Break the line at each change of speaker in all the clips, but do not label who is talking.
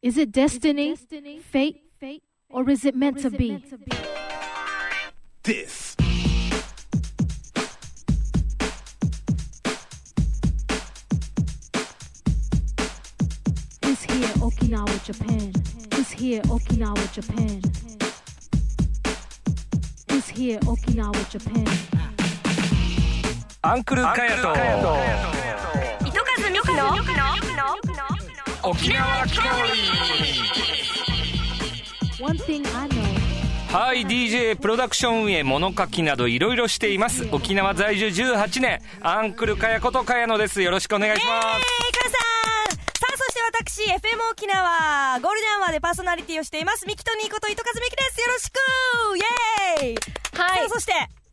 Is it destiny, fate, or is it meant to be?
this.
This here, Okinawa, Japan. This here, Okinawa, Japan. This here, Okinawa, Japan.
アンクルカヤと
糸数美希の
沖縄キャロリ
One thing I know.
ーはい DJ プロダクション運営物書きなどいろいろしています沖縄在住18年アンクルカヤことカヤノですよろしくお願いし
えー、
ます
かなさんさあ、そして私、FM 沖縄、ゴールデンアワーでパーソナリティをしています、ミキとニーこと糸数美希です。よろしくイエーイ
は
さ
い
あ、そして、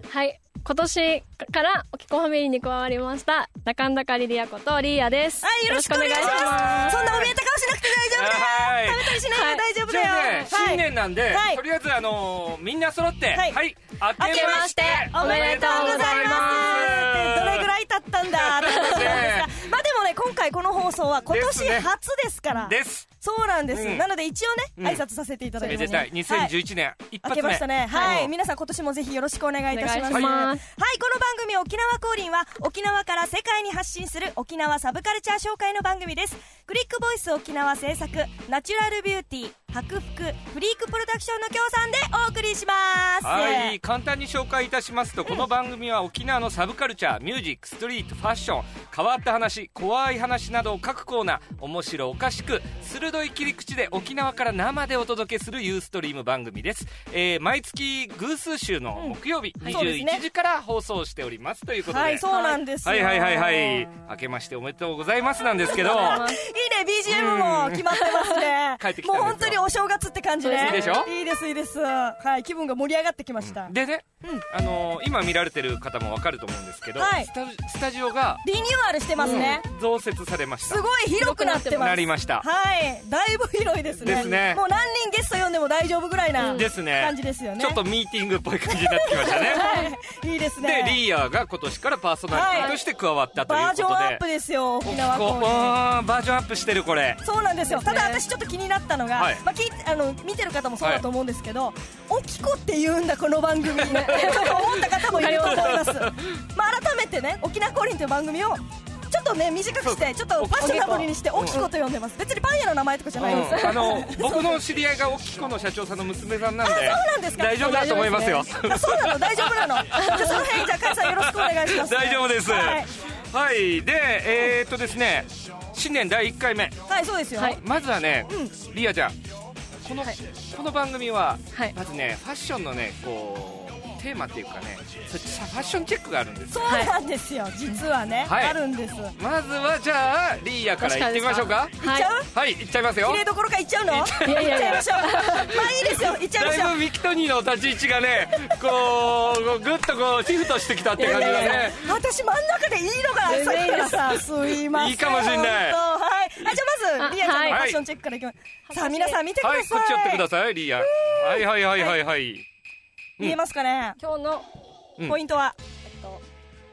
はい今年からおきこファミリーに加わりましたなかんだかりりやことリーヤです
はい、よろしくお願いし
よろくお願
ます。そんな怯えた顔しなくて
はい
大丈夫だよ食べたりしない
は
で
い
大丈夫
じ
だ
ゃ
よ
あね
はい
新年なんで、
はい
とりあえずあのーみんな揃っては、
はい
明
い
けまして
おめでとうございますどれぐらい経ったんだって話なんですがまあでもね今回この放送は今
です
年
ね
初ですから
です
そうなんです、
うん
なので一応
うん
ね挨拶させていただき
め
ます
でたい
はい
2011年、一
明
発目
けましたねはい、
うん
皆さん今年もぜひよろしくお願いいたします
お願いします
はいこの番組沖縄降臨は沖縄から世界に発信する沖縄サブカルチャー紹介の番組ですクリックボイス沖縄制作ナチュラルビューティー白服フリークプロダクションの協賛でお送りします
はい、簡単に紹介いたしますと、この番組は沖縄のサブカルチャーミュージックストリートファッション変わった話怖い話などを各コーナー面白おかしく鋭い切り口で沖縄から生でお届けするユーストリーム番組です、えー毎月偶数週の木曜日、
いそうですね
21時から放送しておりますということで、
はい、そうなんですよ。
はいはいはいはい
いいね、
明けましておめでとうございますなんですけど
いし
BGM も決まってますね。
帰ってきたんですよ
もう本当にお正月って感じね。
いいでしょ
いいです、いいです。はい、気分が盛り上がってきました。
でね、あのー今見られてる方もわかると思うんですけど、
はい
スタジスタジオが
リニューアルしてますね。
増設されました
すごい広くなってます。
なりました
はい、だいぶ広いですね。
ですね
もう何人ゲスト呼んでも大丈夫ぐらいな
ですね
感じですよね。
ちょっとミーティングっぽい感じになってきましたね
はい、いいですね。
でリーヤーが今年からパーソナリティとして加わったというこ
バー
とで
ジョンアップですよ、沖縄
こ
公
う
演。
うんバージョンアップしてるこれ
そうなんですよただ私ちょっと気になったのが、
はい
まあ、聞いあの見てる方もそうだと思うんですけど「おきこ」って言うんだこの番 組ちょっと思った方もいると思います、まあ、改めてね「沖縄降臨」という番組をちょっとね短くしてちょっとファッショナブルにして「
お
お
き
き
こ
こ」と呼んでます別にパン屋の名前とかじゃ
うん
ないです、
あの僕の知り合いがおきこの社長さんの娘さんなんで
そうなんですか
大丈夫だと思いますよ
あそうなの大丈夫な のじゃあその辺じゃあカイさんよろしくお願いします、
大丈夫です
は
はいい、、でえー、っとですね新年第1回目
はい、そうですよ、
はい
まずはね、
う
リアちゃんこの,、この番組は、
はい
まずねファッションのねこうテーマっていうかねそファッションチェックがあるんですよ
そうなんですよ実はね、
はい
あるんです行っ
まずはじゃあリーヤから行ってみましょうか
ちゃう、
はい行っちゃいますよ
綺麗どころか行っちゃうの行っちゃ
いやいやいや
いましょうまあいいですよ行っちゃいましょ
だ
う
いぶミキトニーの立ち位置がねこうこうグッとこうシフトしてきたって感じがね
私真ん中でいいのかなさっきからさすいません
いいかもしんない
本当はいあじゃあまず
あ
リアちゃん
はい
のファッションチェックからいきます、さあ皆さん見てください、
はいこっち寄ってくださいリーヤはいはいはいはいはい
見えますかね、
今日の
うん
ポイントは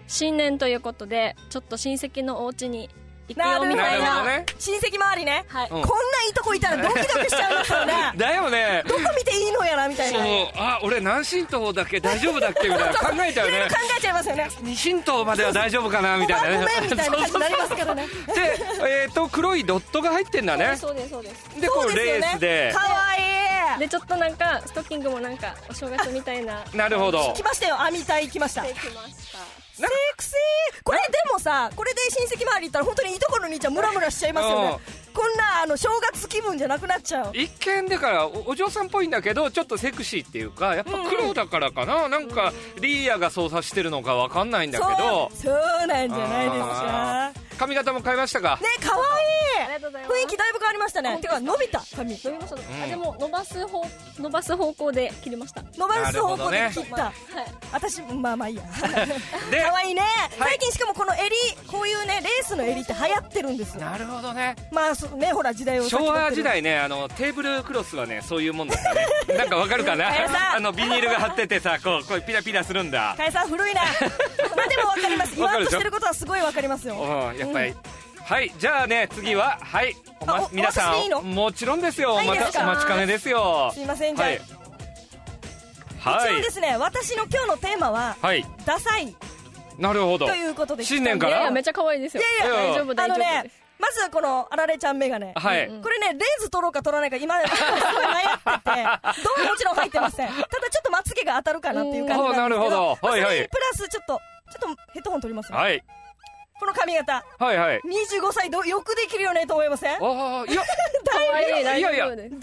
新年ということでちょっと親戚のお家に行く
な
よ
るほ
み
ど
たいな
なるほどね
親戚周りね、
はい
こんないいとこいたらドキドキしちゃうんですよ ね
だよね
どこ見ていいのやらみたい
そう
なね
あ俺何神道だっけ大丈夫だっけみたいな考えちゃう
いろ
ね
いろ考えちゃいますよね
二神道までは大丈夫か なみたいなね
ごめんごめんみたいな感じになりますからね
でえっと黒いドットが入ってんだね
そうですそうです
でこうレースで
かわいい
でちょっとなんかストッキングもなんかお正月みたいな
なるほど
来ましたよ網隊来ました
できました
セクシーこれでもさこれで親戚周り行ったら本当にいとこの兄ちゃんムラムラしちゃいますよねこんなあの正月気分じゃなくなっちゃう
一見だからおお嬢さんっぽいんだけどちょっとセクシーっていうかやっぱ黒だからかな、なんかリーヤが操作してるのかわかんないんだけど
そうそうなんじゃないですか
髪型も変えましたか
ね可愛
ありがとうございます
い雰囲気だいぶ変わりましたねてか伸びた髪
伸びました、
うん
あでも伸ばす方伸ばす方向で切りました
伸ばす方向
な
で
るほ
切
ど
っ
ね
た、私まあまあいいや
で
可愛いね、
はい
最近しかもこの襟こういうねレースの襟って流行ってるんですよ
なるほどね
まあそうねほら時代を先
昭
取ってる
和時代ねあのテーブルクロスはねそういうもんだったねなんかわかるか
あれ
な
さ
あのビニールが貼っててさこうこうピラピラするんだ
加谷さん古いなまあでもわかります言
わか
わ
る
ん
でし
と
ょ
してることはすごいわかりますよ
うんやっぱり、はいじゃあね次ははいおま
あお
皆さ
お渡しでいいの
んもちろんですよ
はい
お待
です
た
か
お待ちかねですよ
すいませんじゃあ、
はい
一
は
応
い
ですね私の今日のテーマは
はい
ダサい
なるほど
ということで
新年か
い
ら
やいやめっちゃ可愛いですよ
いやいや
大丈夫
あ
大丈
の
夫で
ね
す
まずこのあられちゃんメガネ
はい、
うん
これねレンズ取ろうか取らないか今 すごい迷っててどうもちろん入ってませんただちょっとまつげが当たるかなっていう感じなんですけど
おーなるほどはいはい
まあそれにプラスちょっとちょっとヘッドホン取りますね、
はい
この髪型
はいはい
25歳どよくできるよねと思いませんだいぶ
ああいや
可愛い
いやいや
大丈夫です
こ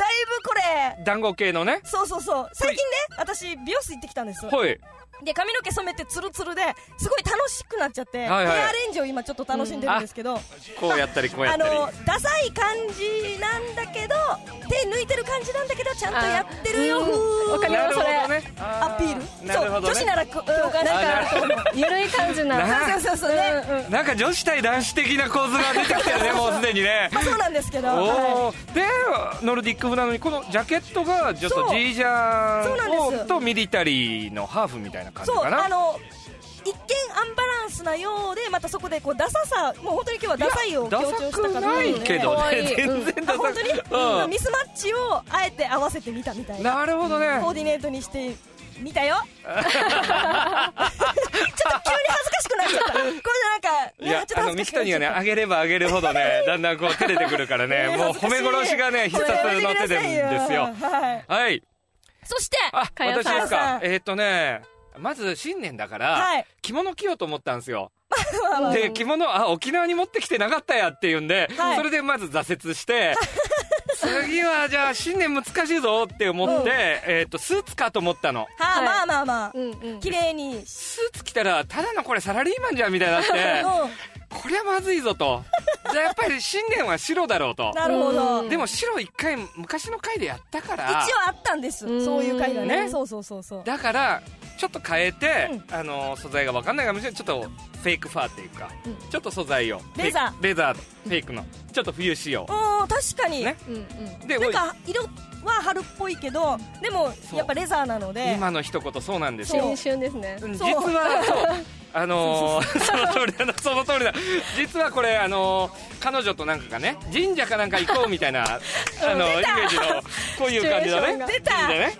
れ
団子系のね
そうそうそう最近ね私美容室行ってきたんです
はい
で髪の毛染めてツルツルですごい楽しくなっちゃって、
はいはい
ヘアアレンジを今ちょっと楽しんでるんですけど、
こうやったりこうや
あ
ったり
のダサい感じなんだけど手抜いてる感じなんだけどちゃんとやってる
あ
よ
ーうんわ
風
かります
なるほどね
ア
ア
ピール
なるほど、ね、
そう女子ならく、うん、なんか
ゆるい感じな
な
そうそうそうね、
うんうん
なんか女子対男子的な構図が出てきてるねもうすでにね
まあそうなんですけど、
お
は
おでノルディック風なのにこのジャケットがちょっと
そう
ジージャ
そうなんで
ン
す、
をとミリタリーのハーフみたいない感じ
そう
かな
あの一見アンバランスなようでまたそこでこうダサさもう本当に今日はダサいを強調したか
ダサ
ら
くないけど
可愛
ね
い
全然
あ
ダサ
本
く
当に、まあミスマッチをあえて合わせてみたみた
う
い
ん、
な
なるほどね
コーディネートにして みたよちょっと急に恥ずかしくなっちゃったこれでなんか、
い
ね、
や
ちょっと
あの
恥ず
ミ
か
ス
し
タ
く
にはね
なっちゃった
あげればあげるほど ねだんだんこう照れてくるからねもう褒め殺しがね必殺の手でですよ
はい
はい
そして
あ
かや
私
さん
ですか
さん
えーっとねまず新年だから、
はい
着物着ようと思ったんですよ
うん
で着物あ沖縄に持ってきてなかったやっていうんで、
はい
それでまず挫折して 次はじゃあ新年難しいぞって思って、
うん
えー、とスーツかと思ったの
は
はい
あ、まあまあまあ、
うんうん
綺麗にし
スーツ着たらただのこれサラリーマンじゃんみたいになっ
う
て
ん
これはまずいぞとじゃあやっぱり新年は白だろうと
なるほど、
うん
一
でも白一回昔の回でやったか
応
ら
あったんです
うん
そういう回がね
ね
そうそうそうそう
だからちょっと変えて、あの素材が分かんないかもしれないちょっとフェイクファーっていうか、
うん
ちょっと素材を
レザー
フェイクレザーフェイクのちょっと冬仕様
うん確かに、
ね
うんうん
で
なん
おい
か色は春っぽいけどでも
そう
やっぱレザーなので
今の一言そうなんですよ
新春ですね
うん実
そう
はそうあのーその通りだなその通りだ実はこれあのー彼女となんかがね神社かなんか行こうみたいなあのイメージのこういう感じのね
出た
神社ね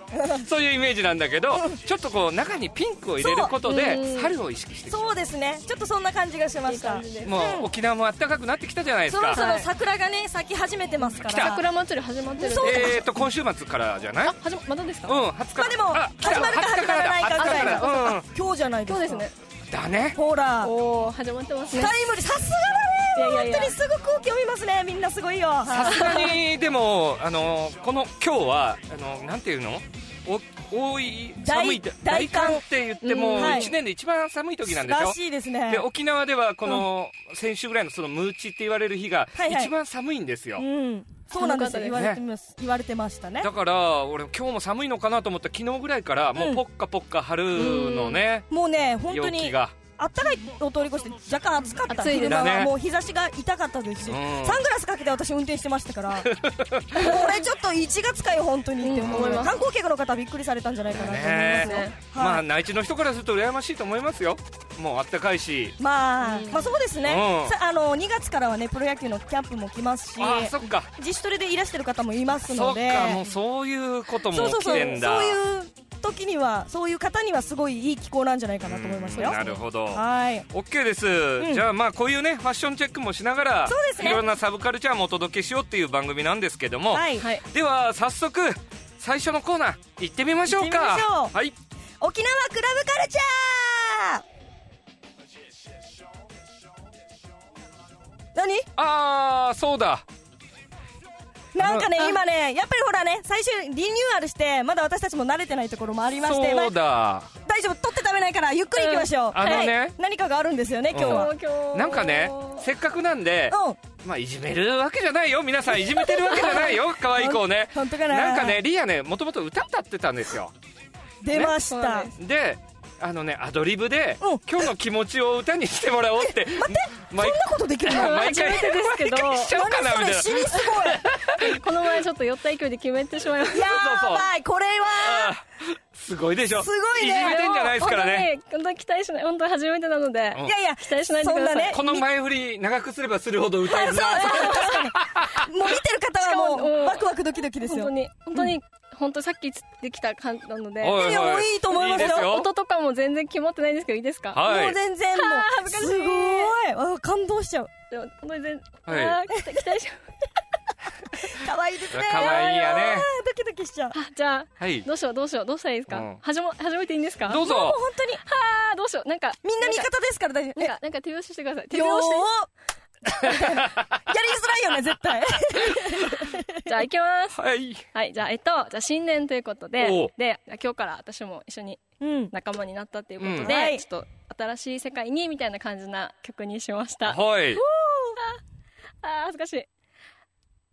そういうイメージなんだけどちょっとこう中にピンクを入れること
そうう
で
ん
春を意識して
そうですねちょっとそんな感じがしま
いい
した
感じです
もう沖縄も暖かくなってきたじゃないです
そろそ
か
ろ桜がね咲き始めてますから
来た
桜祭り始まってるんで
そう
えーと今週末からじゃない
あ始ままたです
う
か
ん20日
まあでも
来た
始まる
20
か
日
始まらないか
だ
ぐらい
20日からうん
今日じゃないで
そ
す
う
か
ですね
だね
ほら
おお始まってます
タイ
ね
ムリーさす
い
が
や
だ
い
ね
やいや
本当にすぐ空気読みますねみんなすごいよ
さ
はい
すがにでもあのこの今日はあのなんていうのお多い
大
寒い
大寒
寒って言っても
うん
はい
1年で一番寒い時なんで
ら
しょ
しいですね
で沖縄ではこの先週ぐらいのそのムーチって言われる日が
はいはい
一番寒いんですよ、
うんそうなんですよ言
寒
わ
か
れ
ったですね
てます言われてましたね
だから俺今日も寒いのかなと思ったら昨日ぐらいからもうポッカポッカ春のね、
もうね本当
陽気
に
が
あったかいを通り越して若干暑かった
暑いですね
昼間はもう日差しが痛かったですし、
うん
サングラスかけて私運転してましたから これちょっと1月かよ本当にって思う、
うん思います
観光客の方びっくりされたんじゃないかなと思いますよ、
ねま
は
あ
い
内地の人からすると羨ましいと思いますよもうあったかいし
まあ、
うん
まあそうですね、
うん
さあの2月からはねプロ野球のキャンプも来ますし
あそっか
自主トレでいらしてる方もいます
そ
の
っ
で
かもうそういうこと
そ
も
う
起
そう
き
そうそう
て
い
ん
う
だ
時にはそういう方にはすごいいい気候なんじゃないかなと思いましたよ
なるほど
はい
オッケーです、
ん
じゃあまあこういうねファッションチェックもしながら
そうですね
いろんなサブカルチャーもお届けしようっていう番組なんですけども、
はい、
はい
では早速最初のコーナー行ってみましょう
行っ
か
てみましょう
はい
沖縄クラブカルチャー何
あーそうだ
なんかね今ねやっぱりほらね最初リニューアルしてまだ私たちも慣れてないところもありまして、ま
そ
あ
うだ
大丈夫取って食べないからゆっくり行きましょう、
あのね
はい何かがあるんですよね今日は、うん
東京
なんかねせっかくなんで、まあいじめるわけじゃないよ皆さんいじめてるわけじゃない よ可愛い子をね
ほん本当かなん
かねリアねもともと歌歌ってたんですよ
出ました、
ね
であのねアドリブで、
うん
今日の気持ちを歌にしてもらおうって待ってそんな
そんなことできるの
毎
初
回
めてですけど
毎回しちゃおうかなみたいな
何それ死にすごい
この前ちょっと酔った勢いで決めてしまいまし
や
そうそう
ばいこれは
あーすごいでしょ
すごいね
じめてんじゃないですからね
本当に本当に期待しない本当に初めてなので、
うん
いやいや
期待しないでください
そんなね
この前振り長くすればするほど歌いづらい
もう見てる方は
しか
もう
も
ワクワクドキドキです
本当
よ
に本当に、本当さっきできた感じなので
はい
やもういいと思いますよ
です
音とかも全然決まってないんですけどいいですか、
は
もう
い
全然もう
恥ずかしい
すごいあ感動しちゃう
でも本当に全然、
はい
あー期待期待しよう
可愛いですね
可愛いやね
あードキドキしちゃう
あじゃあ
はい
どうしようどうしようどうしたらいいですか、
うん
始ま始めていいんですか
どうぞ
もう本当に
はあどうしようなんか
みんな味方ですから大丈夫
なんかなんか手拍子してください
え
手
よーや
拍
り
子
づらいよね絶対
じゃあ行きます
はい
はいじゃあえっとじゃあ新年ということで
おう
で今日から私も一緒に
うん
仲間になったということ
うん
で、
はい
ちょっと新しい世界にみたいな感じな曲にしましたあ
はい
ー恥ずかしいいっ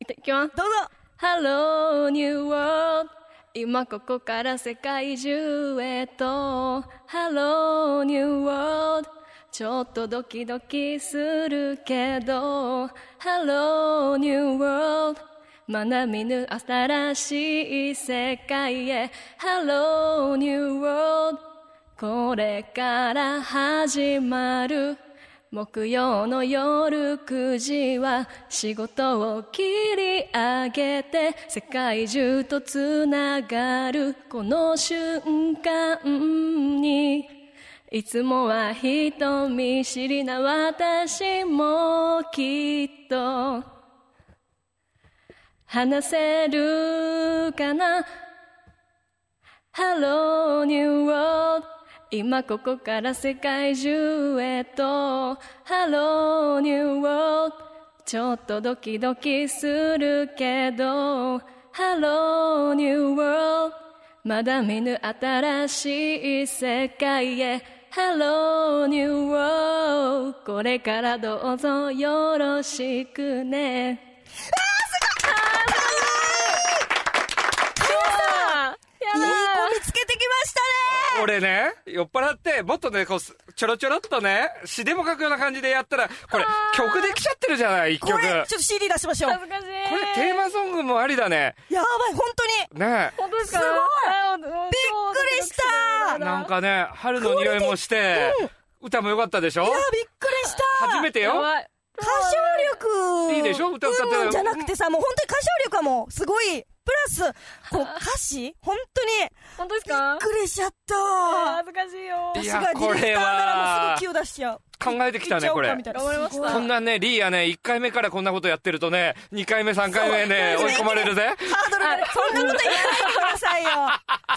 ていきます
どうぞ
Hello New World 今ここから世界中へと Hello New World ちょっとドキドキするけど Hello New World 学びぬ新しい世界へ Hello New World これから始まる木曜の夜9時は仕事を切り上げて世界中とつながるこの瞬間にいつもは人見知りな私もきっと話せるかな Hello New World 今ここから世界中へと Hello New World ちょっとドキドキするけど Hello New World まだ見ぬ新しい世界へ Hello New World これからどうぞよろしくねあーすごい
いい子見つけてきました ね
俺ね酔っ払ってもっとねこうすちょろちょろっとね詩でも書くような感じでやったらこれ曲できちゃってるじゃない一曲
こ
こ
れ
れ
ちょっと CD 出しましょう
恥ずかしい
テーマソングもありだね
やばい本当に
ね
本当ですか
すごい
あもうもう
びっくりした
超ドキドキする
なんかね春の匂いもして歌も良かったでしょ
いやびっくりした
初めて
や
よ
ばい
歌唱力
いいでしょ歌歌って
うんうんじゃなくてさもう本当に歌唱力はもうすごいプラスこう歌詞本当に
本当です
び
か
っくりしちゃった
あー恥ずかしいよ
い
私
や
がディレクターならもうすぐ気を出しちゃう
考えてきたねこれ
頑
頑張りました
こんなねリーやね1回目からこんなことやってるとね2回目3回目ね
そう
追い込まれるぜ
ハードルがねそんなこと言わないでくだ さいよ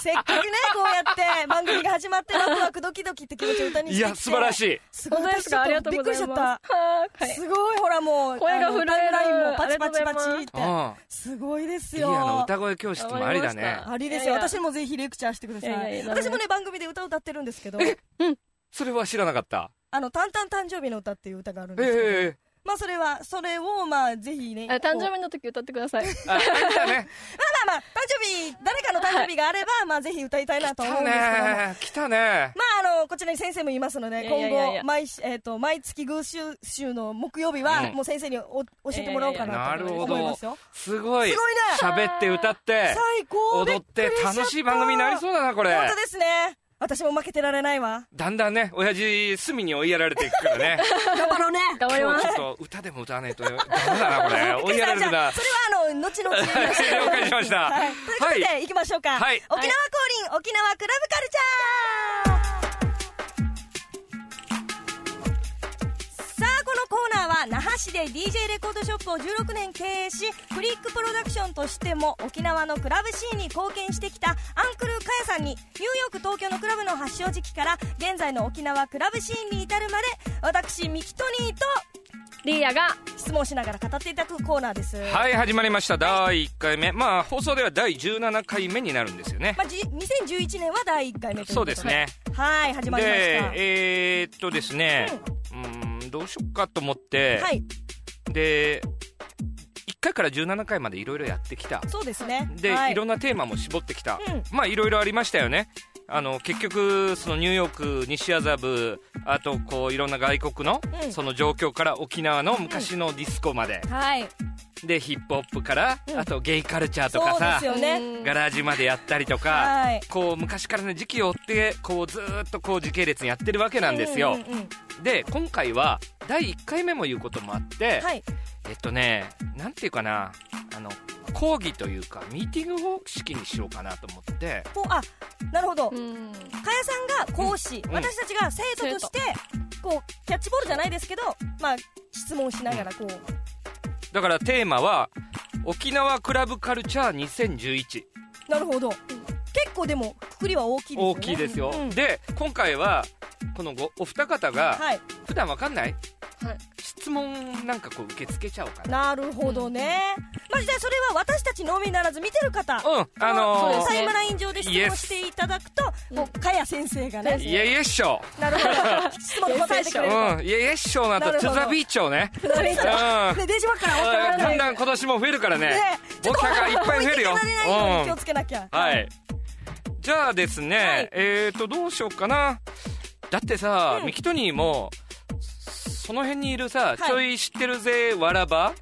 せっかくねこうやって番組が始まってワクワクドキドキって気持ちを歌にしてき
い
て
や素晴らしい
すごい
本当で
私
す
ち
か
ょっ
ありがと
と
う
びっ
ござ
くりし
い
ちゃっ
ます
た
はーい
すごいほらもう
声が震える
あのタイムラインもパチパチパチっ
うん
てすごいです
リ
よ
ーの歌声教室もありだ
頑張りま
ね
した
ありで
い
すよ
やいや
私もぜひレクチャーしてください
いやいやいや
私もね番組で歌を歌ってるんですけど
それは知らなかった
あの「タンタン誕生日の歌」っていう歌があるん
ええ
ですけど、
え
まあそれはそれをまあぜひね
あ誕生
こう
日の時歌ってください
え ああれだね
まあまあまあ誕生日誰かの誕生日があれば、まあぜひ歌いたいなと
来
思
た
うんですけども
ね来たね
まああのこちらに先生もいますので
いやいやいやいや
今後毎しえっ、と毎月偶数週の木曜日は、
うん
もう先生にお教えてもらおうかなと思いますよ。
すごい
すごいね
喋って歌って
最高
踊って楽しい番組になりそううだなこれ
本当ですね。私も負けてられないわ。
だんだんね親父隅に追いやられていくから ね
頑張ろうね。
頑張り
今
ま
日
す
ちょっと歌でも歌わないとダメだなこれ追いやられる
じゃ
な
あそれはあの後々言いましょう
了解しました
はい、ということで、
は
行きましょうか。
はい
沖縄降臨沖縄クラブカルチャー。さあこのコーナーは那覇市で DJ レコードショップを16年経営しフリックプロダクションとしても沖縄のクラブシーンに貢献してきたアンクルカヤさんにニューヨーク東京のクラブの発祥時期から現在の沖縄クラブシーンに至るまで私ミキトニーと
リーヤが
質問しながら語っていただくコーナーです。
はい始まりました第1回目まあ放送では第17回目になるんですよね
まあ、じ2011年は第1回目ということで
そうですね
はい始まりました
でえー、っとですねうーんどうしよっかと思って、
はい
で1回から17回までいろいろやってきた
そうですね
で、、
はい
ろんなテーマも絞ってきた、
うん
まあいろいろありましたよねあの結局そのニューヨーク西麻布あとこういろんな外国の、
うん
その状況から沖縄の昔のディスコまで、
はい
でヒップホップから、あとゲイカルチャーとか
そうで
さ
すよね
ガラージまでやったりとか
はい
こう昔からね時期を追ってこうずーっとこう時系列にやってるわけなんですよ、
うんうんうん
で今回は第1回目も言うこともあって、
はい
えっとねなんていうかなあの講義というかミーティング方式にしようかなと思って
こうあなるほど、
うん
かやさんが講師、
ん
私たちが生徒としてこうキャッチボールじゃないですけどまあ質問しながらこう、
だからテーマは「沖縄クラブカルチャー2011
なるほど結構でもくくりは大き」いですよね
大きいですよ、
うん
で今回はこのごお二方が
はい
普段わかんない、
はい
質問なんかこう受け付けちゃおうかな
なるほどね、まあじゃあそれは私たちのみならず見てる方、
うんあ
そうで
の
すね
タイムライン上で質問していただくと、もうかや先生がね、
ー、いやいやっしょ
なるほど質問に答えてく
う
れ る
んいやいやっしょの後
なる
ト
ほど
ゥザビーチを ね
と、ね、
うん
電子ばっからわから
だ
ない
んだん今年も増えるからねボキャがいっぱい増えるよ
置いてかれないように気
う
を
ん
つけなきゃ、
はいじゃあですね、
はい
えーとどうしようかなだってさ、
うん
ミキトニーもその辺にいるさ、
い
ちょい知ってるぜわらば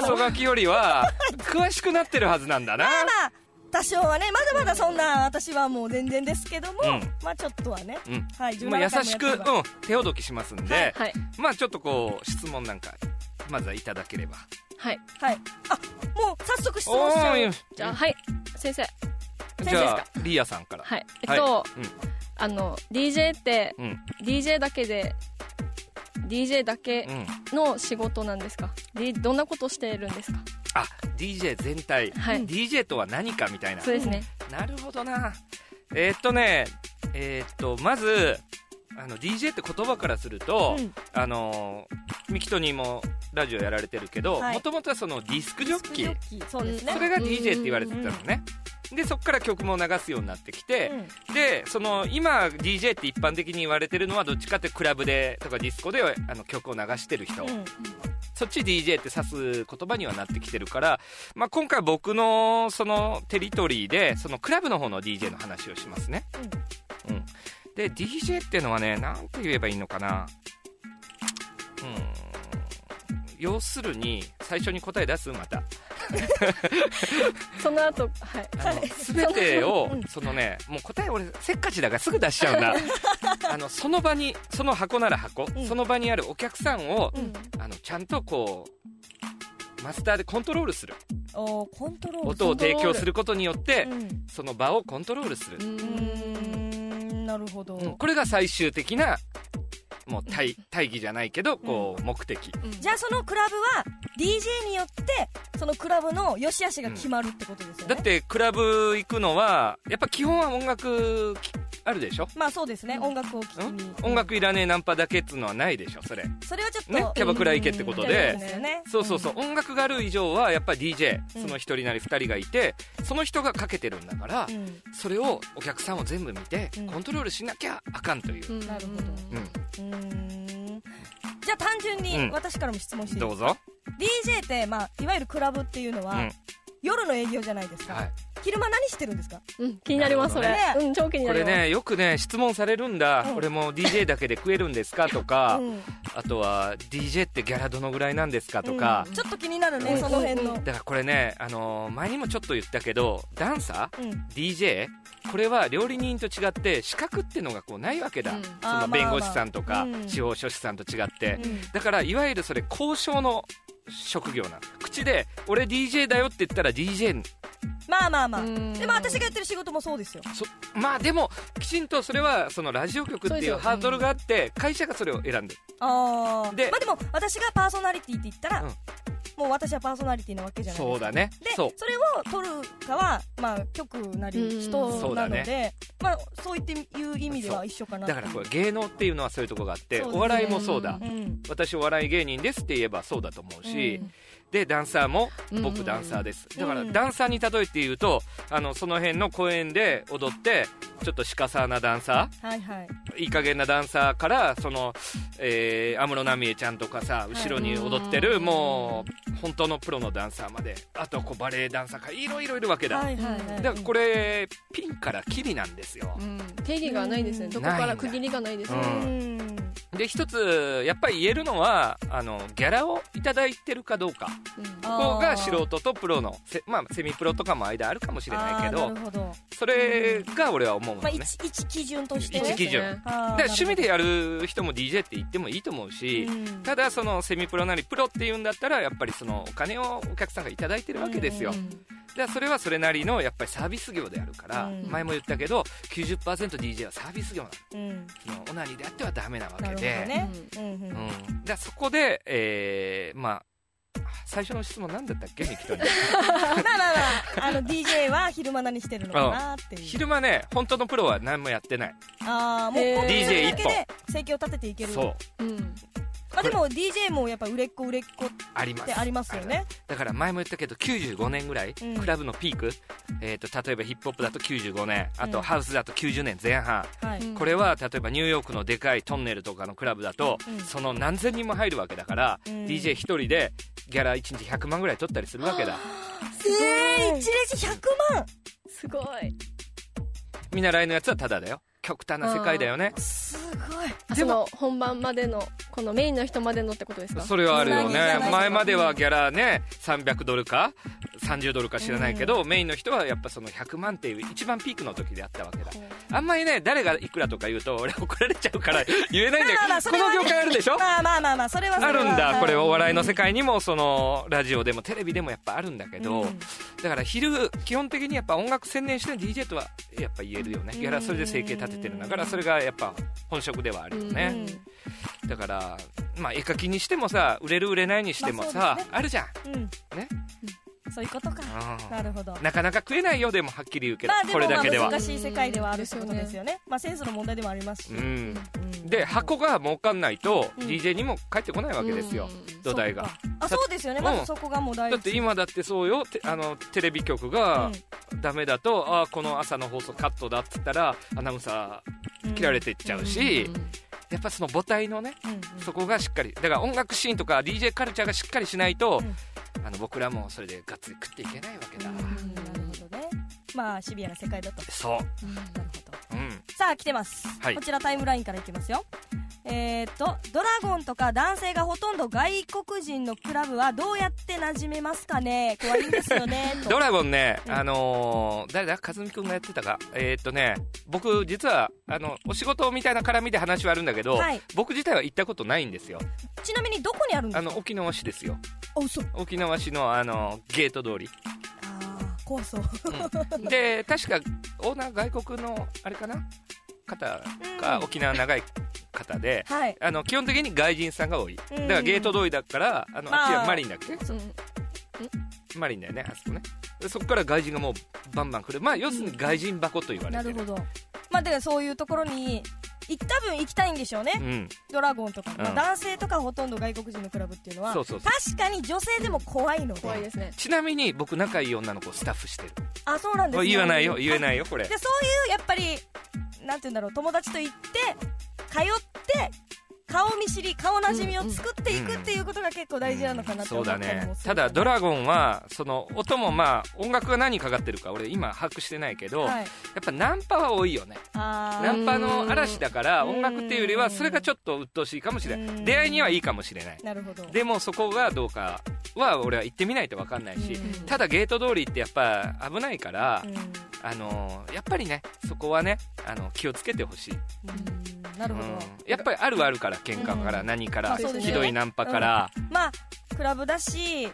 細書きよりは詳しくなってるはずなんだな、
まあまあ多少はねまだまだそんな私はもう全然ですけども、
うん
まあちょっとはね、
うん
はい17
もう優しく、
回
うん
もやってれば、
手ほどきしますんで、
はい
まあちょっとこう質問なんかまずはいただければ
はい
はいあもう早速質問しちゃう
ーい
じゃあはい先生
じゃ
先
あリアさんから
はいえっと
い
あの DJ って
うんうん
DJ だけで DJ だけ
うん
の仕事なんですか、D、どんなことしてるんですか
あ DJ 全体、
はい
DJ とは何かみたいな
そうですね
なるほどなえーっとねえーっとまずあの DJ って言葉からすると、
うん
あのミキトニーもラジオやられてるけど
はい
もともとはそのディスクジョッキー
キーそうですね
それが DJ って言われてたの
う
ねでそこから曲も流すようになってきて、
うん
でその今 DJ って一般的に言われてるのはどっちかってクラブでとかディスコであの曲を流してる人、
うん
そっち DJ って指す言葉にはなってきてるから、まあ、今回僕のそのテリトリーでそのクラブの方の DJ の話をしますね、うんで DJ っていうのはねなんて言えばいいのかなうん要するに最初に答え出すまた
その後はい
あの全てを
うん
そのねもう答え俺せっかちだからすぐ出しちゃうな あのその場にその箱なら箱、
ん
その場にあるお客さんを、
うん
あのちゃんとこうマスターでコントロールする
おーコントロール
音を提供することによって
うん
その場をコントロールする
う、
う
ーん
ーんなるほど、
うんこれが最終的なもう大大義じゃないけどこう目的、
じゃあそのクラブは DJ によってそのクラブの良し悪しが決まるってことですよね、
だってクラブ行くのはやっぱ基本は音楽きあるでしょ
まあそうですね、
うん
音楽を聴きに
音楽いらねえナンパだけっつうのはないでしょそれ
それはちょっと、
ねキャバクラ行けってことで
うんですよね
そうそうそう、音楽がある以上はやっぱ DJ
う
そ
ん
の1人なり2人がいてその人がかけてるんだから、
うん
それをお客さんを全部見て
うん
コントロールしなきゃあかんという、
うん
なるほ
う
ど
ん
うんうんじゃあ単純
う
に
ん
私からも質問していい
ど
で
う
す
ぞ、
か、DJ って、まあ、いわゆるクラブっていうの
う
は、
ん
夜の営業じゃないですか、
はい、
昼間何してるんですか
うん気になりますそれ、
なるほど
うん超気に
こ
なり
れ
ます
ねよくね質問されるんだ、
うん
俺も DJ だけで食えるんですかとか、
うん
あとは DJ ってギャラどのぐらいなんですかとか
うん、ちょっと気になるね、
うん
その辺の、
う
だからこれね、あのー前にもちょっと言ったけどダンサー
うん
DJ これは料理人と違って資格ってのがこうないわけだ、
うん
その弁護士さんと
あ
か
ーまあまあうん
司法書士さんと違って、
うん
だからいわゆるそれ交渉の職業なの口で「俺 DJ だよ」って言ったら DJ
まあまあまあ、
うん
でも私がやってる仕事もそうですよ
そまあでもきちんとそれはそのラジオ局って
そうで
い
す
う
よ
ハードルがあって会社がそれを選んでる
ああ
で
まあでも私がパーソナリティって言ったら、
うん
もう私はパーソナリティなわけじゃないですか
そうだね
で
そう
それを取るかは、まあ、局なり
うん
人
そう
な
だ
の
ね
で、まあ、そういっていう意味では一緒かな
だからこれ芸能っていうのはそういうとこがあって、
そうですね
お笑いもそうだ
うん
私お笑い芸人ですって言えばそうだと思うし、でダンサーも
うん
僕ダンサーです、だから
うん
ダンサーに例えて言うとあのその辺の公園で踊ってちょっとシカサーなダンサ
はいはい
ーいい加減なダンサーからそのえー安室奈美恵ちゃんとかさ後ろに踊ってる、
うん
もう本当のプロのダンサーまであとこうバレエダンサーからいろいろいるわけだ、
はいはいはい
だからこれピンからキリなんですよ、
うん定義がないですねどこから区切りがないですね
ないんだ
う
うんで一つやっぱり言えるのはあのギャラをいただいてるかどうか
うん
あー
ここが素人とプロのせまあ、セミプロとかも間あるかもしれないけ
あー
ど
なるほど
それが俺は思うの
まあ
ね、
一一基準として
一基準
あー
で趣味でやる人も DJ って言ってもいいと思うし、
うん
ただそのセミプロなりプロっていうんだったらやっぱりそのお金をお客さんが頂いただいてるわけですよ、
うん
でそれはそれなりのやっぱりサービス業であるから、
うん
前も言ったけど 90%DJ はサービス業なの
うん
そのオナニーであってはダメなわけ
な
で
るほどね
う
うん うん
うん、でそこで、えーまあ、最初の質問なんだったっけミキ トに
まあまあまああの DJ は昼間何してるのかなっていう
昼間ね本当のプロは何もやってない
ああもう
へー
本当にそれ
DJ
だけで生計を立てていける
そう
うん
まあでも DJ もやっぱ売れっ子売れっ子っ
あります
てありますよね
だから前も言ったけど95年ぐらい、
うん
クラブのピーク、えー、と例えばヒップホップだと95年あ
うん
とハウスだと90年前半、
はい
うん
これは例えばニューヨークのでかいトンネルとかのクラブだと、
うん
その何千人も入るわけだから、
うん
DJ1 人でギャラ1日100万ぐらい取ったりするわけだ
ええー、一日100万
すごい
見習いのやつはタダだよ極端な世界だよね
すごい
あその本番までのこのメインの人までのってことですか
それはあるよ
つな
ね
げてない
前まではギャラね300ドルか30ドルか知らないけど、メインの人はやっぱその100万っていう一番ピークの時であったわけだあんまりね誰がいくらとか言うと俺怒られちゃう から言えないんだ
まあまあ
け
そ
ど
れ
こ
は
の
ね
業界あるでしょ
まあまあまあまあそれはそれは
あるんだこれはお笑いの世
界
界にもそのラジオでもテレビでもやっぱあるんだけど、
うん
だから昼基本的にやっぱ音楽専念してる DJ とはやっぱ言えるよねギャラそれで生計立ててるんだからそれがやっぱ本職ではあるよね、
うん
だから、まあ、絵描きにしてもさ売れる売れないにしてもさ、
まあそう
あ
です
るじゃん、
うん
ね
そういうことか
う
なるほど
んなかなか食えないよでもはっきり言うけど、
まあで
これ
もま
だ
あ
けでは
難しい世界ではあるってことですよねまあセンスの問題でもありますし
うん
うん
で箱が儲かんないと、
うん
DJ にも返ってこないわけですよ、
うん
土台が
そうかあそうですよねまずそこがもう大
だ
事
って今だってそうよてあのテレビ局がダメだと、ああこの朝の放送カットだっつったらアナウンサー切られてっちゃうし、やっぱその母体のね
うんうん
そこがしっかりだから音楽シーンとか DJ カルチャーがしっかりしないと、あの僕らもそれでガッツリ食っていけないわけだ、
うんなるほどねまあシビアな世界だと
そ
なるほ
うう
ど
ん
さあ来てます、
はい
こちらタイムラインからいきますよえー、とドラゴンとか男性がほとんど外国人のクラブはどうやって馴染めますかね怖いんですよ ねと
ドラゴンね、
うん
あのー誰だ和美くんがやってたかえーっとね僕実はあのお仕事みたいな絡みで話はあるんだけど、
はい
僕自体は行ったことないんですよ
ちなみにどこにあるんで
あ
すか
の沖縄市ですよ
あ嘘あ
沖縄市のあのゲート通り、
ー怖そう
うんで確かオーナー外国のあれかな方が
うん
沖縄長い方で
はい
あの基本的に外人さんが多いだ
うん
からゲート通りだからあの、
ま
あ
あ
っちはマリンだっけ
うん
マリンだよねあそこねでそこから外人がもうバンバン来るまあ要するに外人箱と言われ
な
て
る
る
ほどまあだからそういうところにい多分行きたいんでしょうね、
うん、
ドラゴンとか、まあ
うん
男性とかほとんど外国人のクラブっていうのは
そうそうそう
確かに女性でも怖いので
怖いですね
ちなみに僕仲いい女の子をスタッフしてる
あそうなんですね
言わないよ言え
い
ないよこれ
でそういうやっぱりなんて言うんだろう友達と行って通って顔見知り顔なじみを作っていくっていうことが結構大事なのかなと
そう
思った
だ
り
ね
もす
た
る
だドラゴンはその音もまあ音楽が何かかってるか俺今把握してないけど、や
はい、
っぱナンパは多いよね
あ
ナ
ー
ンパの嵐だから
うん
音楽っていうよりはそれがちょっと鬱陶しいかもしれ
う
なんい出会いにはいいかもしれない
なるほど
でもそこがどうかは俺は行ってみないと分かんないし
うん
ただゲート通りってやっぱ危ないから
うん
あのーやっぱりねそこはねあの気をつけてほしい
うんなる
う
ほど、
んやっぱりあるはあるから喧嘩から何か
ま
ら
あそうですよね
ひどいナンパから
まあクラブだし、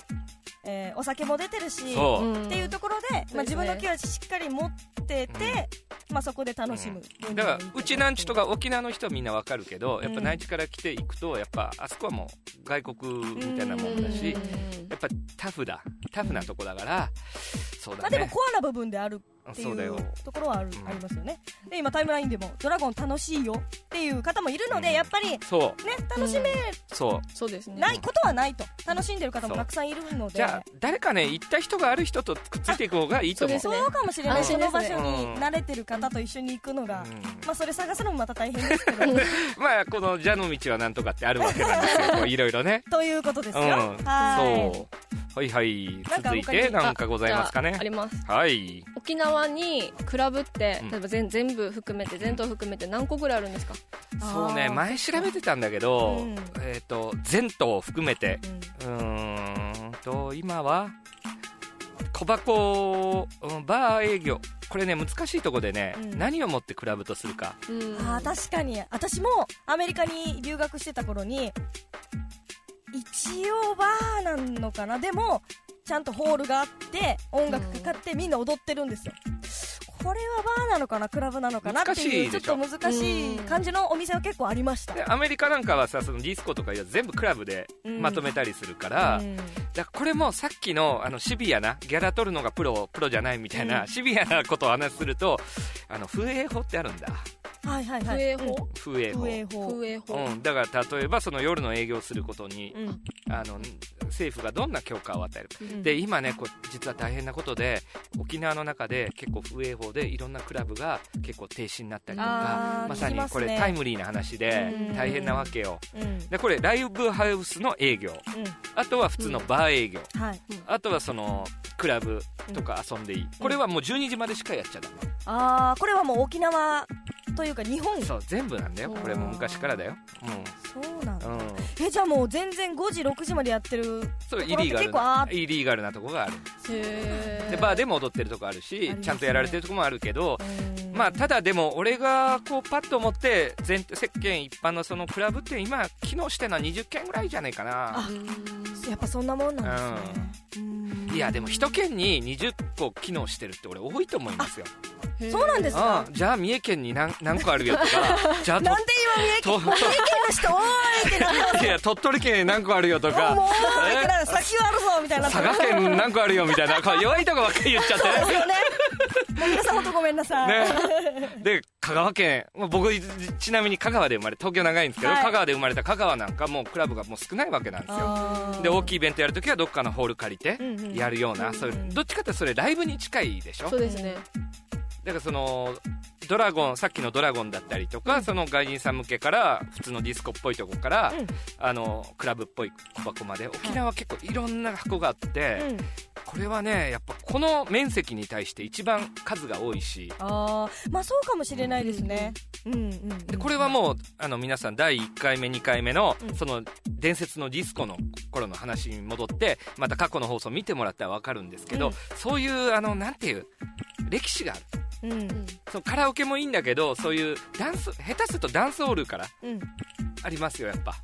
えーお酒も出てるし
そう
うん
っていうところで、まあ、自分の気をしっかり持ってて、まあ、そこで楽しむ、
だからうちなんちと
か
か沖縄の人はみんなわかるけどやっ
う
ぱ
ん
内地から来ていくとやっぱあそこはもう外国みたいなもんだし
うん
やっぱタフだタフなとこだからそう
ま
だ
あでも
ね
コアな部分であるってい
そうだ
う
よ
ところはある
うん
ありますよねで今タイムラインでも「ドラゴン楽しいよ」っていう方もいるのでやっぱりね
そう
楽しめ
そう
そうですね
ないことはないと楽しんでる方もたくさんいるので
じゃあ誰かね行った人がある人とくっついていく方がいいと思う
あそうですね
そうかもしれない、
安
そ
心
の
です
場
ね
所に慣れてる方と一緒に行くのが、まあそれ探すのもまた大変ですけ ど
うんまあこの「蛇の道はなんとか」ってあるわけなんです けどいろいろね
ということですよ、
うん
はい
そうはいはい
なんか他
続
に
いてなんかございますか
あじゃああ
ね
ります
はい
沖縄にクラブって
うん
例えば全全部含めて全島含めて何個ぐらいあるんですか
そうね
あー
前調べてたんだけど、
うん
えっ、と全島含めて
うん
うーんと今は小箱、うんバー営業これね難しいとこでね、
うん
何をもってクラブとするか
うん
あー確かに私もアメリカに留学してた頃に一応バーなのかなでもちゃんとホールがあって音楽かかってみんな踊ってるんですよこれはバーなのかなクラブなのかなって
難し
い
いう
ちょ
で
っ
しょ
と難しい感じのお店は結構ありました
でアメリカなんかはさそのディスコとかいうやつ全部クラブで
うん
まとめたりするから、
うん
だからこれもさっきのあのシビアなギャラ取るのがプロプロじゃないみたいな、
うん
シビアなことを話するとあの風営法ってあるんだ
はいはいはい
不営法
風営法
風営法
不営法
うん、だから例えばその夜の営業することに、
うん
あの政府がどんな許可を与えるか、
うん
で今ねこう実は大変なことで沖縄の中で結構不衛法でいろんなクラブが結構停止になったりとか
あー
まさに
聞きます
こ
ね
れタイムリーな話で
うん
大変なわけよ
うんうん
でこれライブハウスの営業あとは普通のバー営業、
はい
あとはそのクラブとか遊んでいい、これはもう12時までしかやっちゃダメ、
あーこれはもう沖縄というか日本そ
そう全部なんだよこれも昔からだよ
うなん
う
だ
ん、うん、
えじゃあもう全然5時6時までやってる
そう
と
イ
ころ
リ
って
ーガル
結構あ
な
ー
イリーガルなとこがある
へー
でバーでも踊ってるとこある
あ
し
りますね
ちゃんとやられてるとこもあるけど
うん
まあただでも俺がこうパッと思って全世間一般のそのクラブって今機能してるのは20件ぐらいじゃないかな
あやっぱそんなもんなんですね、うん
いやでも1県に20個機能してるって俺多いと思いますよ
そうなんです
あ
か
あじゃあ三重県に何何個あるよとか じゃあ
なんで今
と
三重県三重県 の人おいってなって
いや鳥取県に何個あるよと
もう
か
おいってなって先はあるぞみたいになって
佐賀県何個あるよみたいなこう弱いとこばっかり言っちゃ って
そうですよねもう皆さん本当ごめんなさい、
ね、で香川県まあ僕いちなみに香川で生まれ東京長いんですけど、
はい
香川で生まれた香川なんかもうクラブがもう少ないわけなんですよ
あー
で大きいイベントやるときはどっかのホール借りて
うんうん
やるような、
うんうん
そういうどっちかってそれライブに近いでしょ
そうですね
だからそのドラゴンさっきのドラゴンだったりとか、その外人さん向けから普通のディスコっぽいとこから、
うん
あのクラブっぽい小箱まで沖縄は結構いろんな箱があって、
うん
これはねやっぱこの面積に対して一番数が多いし
あーまあそうかもしれないですねうんうんうん
でこれはもうあの皆さん第1回目2回目の
うん
その伝説のディスコの頃の話に戻ってまた過去の放送見てもらったら分かるんですけど、
うん
そういうあのなんていう歴史がある
うんうん
そのカラオケもいいんだけどそういうダンス下手するとダンスホールから
うん
ありますよやっぱ
あ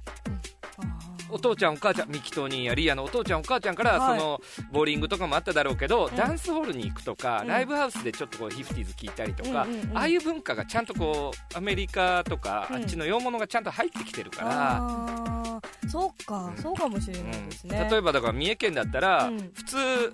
ー
お父ちゃんお母ちゃんミキトニーやリーヤのお父ちゃんお母ちゃんから
は
そ
い
のボーリングとかもあっただろうけど、
ん
ダンスホールに行くとか、
うん
ライブハウスでちょっとこうヒフティーズ聞いたりとか、
うんうんうん
ああいう文化がちゃんとこうアメリカとか、
うん
あっちの洋物がちゃんと入ってきてるから。
あーそうか、
うん
そうかもしれ
う
ないです
ん
ね、
例えばだから三重県だったら、
うん
普通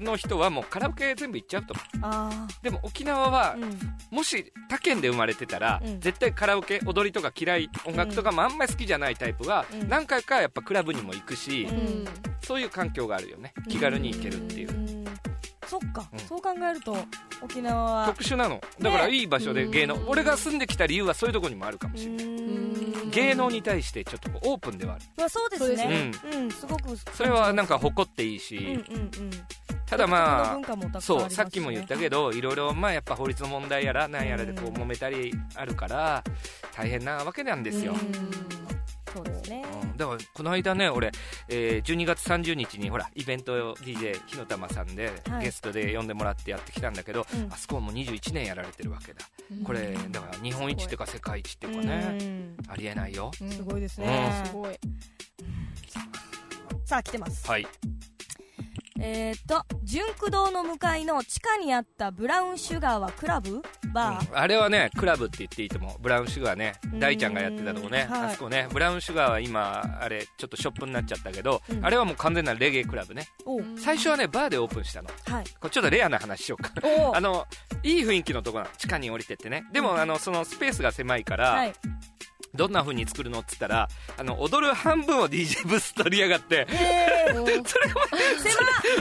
の人はもうカラオケ全部行っちゃうと
あ
でも沖縄は
あ、うん、
もし他県で生まれてたら、
うん
絶対カラオケ踊りとか嫌い音楽とかもあんまり好きじゃないタイプは、
うん
何回かやっぱクラブにも行くし、
うん
そういう環境があるよね気軽に行けるっていう、
うんそっか、
うん
そう考えると沖縄は
特殊なのだからいい場所で芸能、
うん
俺が住んできた理由はそういうとこにもあるかもしれない、
うん
芸能に対してちょっとこうオープンではある
まあそうで
そ
す
う
ね
で
うん、すごく
それはなんか誇っていいし、
うんうんうん
ただまあ
独特の文化もたくさん
そ
ありま
う
す
さっきも言ったけどいろいろまあやっぱ法律の問題やらなんやらでこう
うん
揉めたりあるから大変なわけなんですよ、
そうですね
うんだからこの間ね俺、えー12月30日にほらイベントを DJ 火の玉さんで
はい
ゲストで呼んでもらってやってきたんだけど、
うん
あそこはもう21年やられてるわけだこれだから日本一っていうか世界一っていうかね
ね
ありえないよ
うん
すごいですね
すごい
さあ来てます
はい
えー、っと純駆堂の向かいの地下にあったブラウンシュガーはクラブバー、
あれはねクラブって言っていいと思うブラウンシュガーね
うん
大ちゃんがやってたとこね、
はい
あそこねブラウンシュガーは今あれちょっとショップになっちゃったけど、
うん
あれはもう完全なレゲエクラブね
おう
最初はねバーでオープンしたの
はい
これちょっとレアな話しようか
おう
あのいい雰囲気のとこなの地下に降りてってねでもあのそのスペースが狭いから、
はい
どんな風に作るのっつったらあの踊る半分を DJ ブース取りやがって
えー、
それも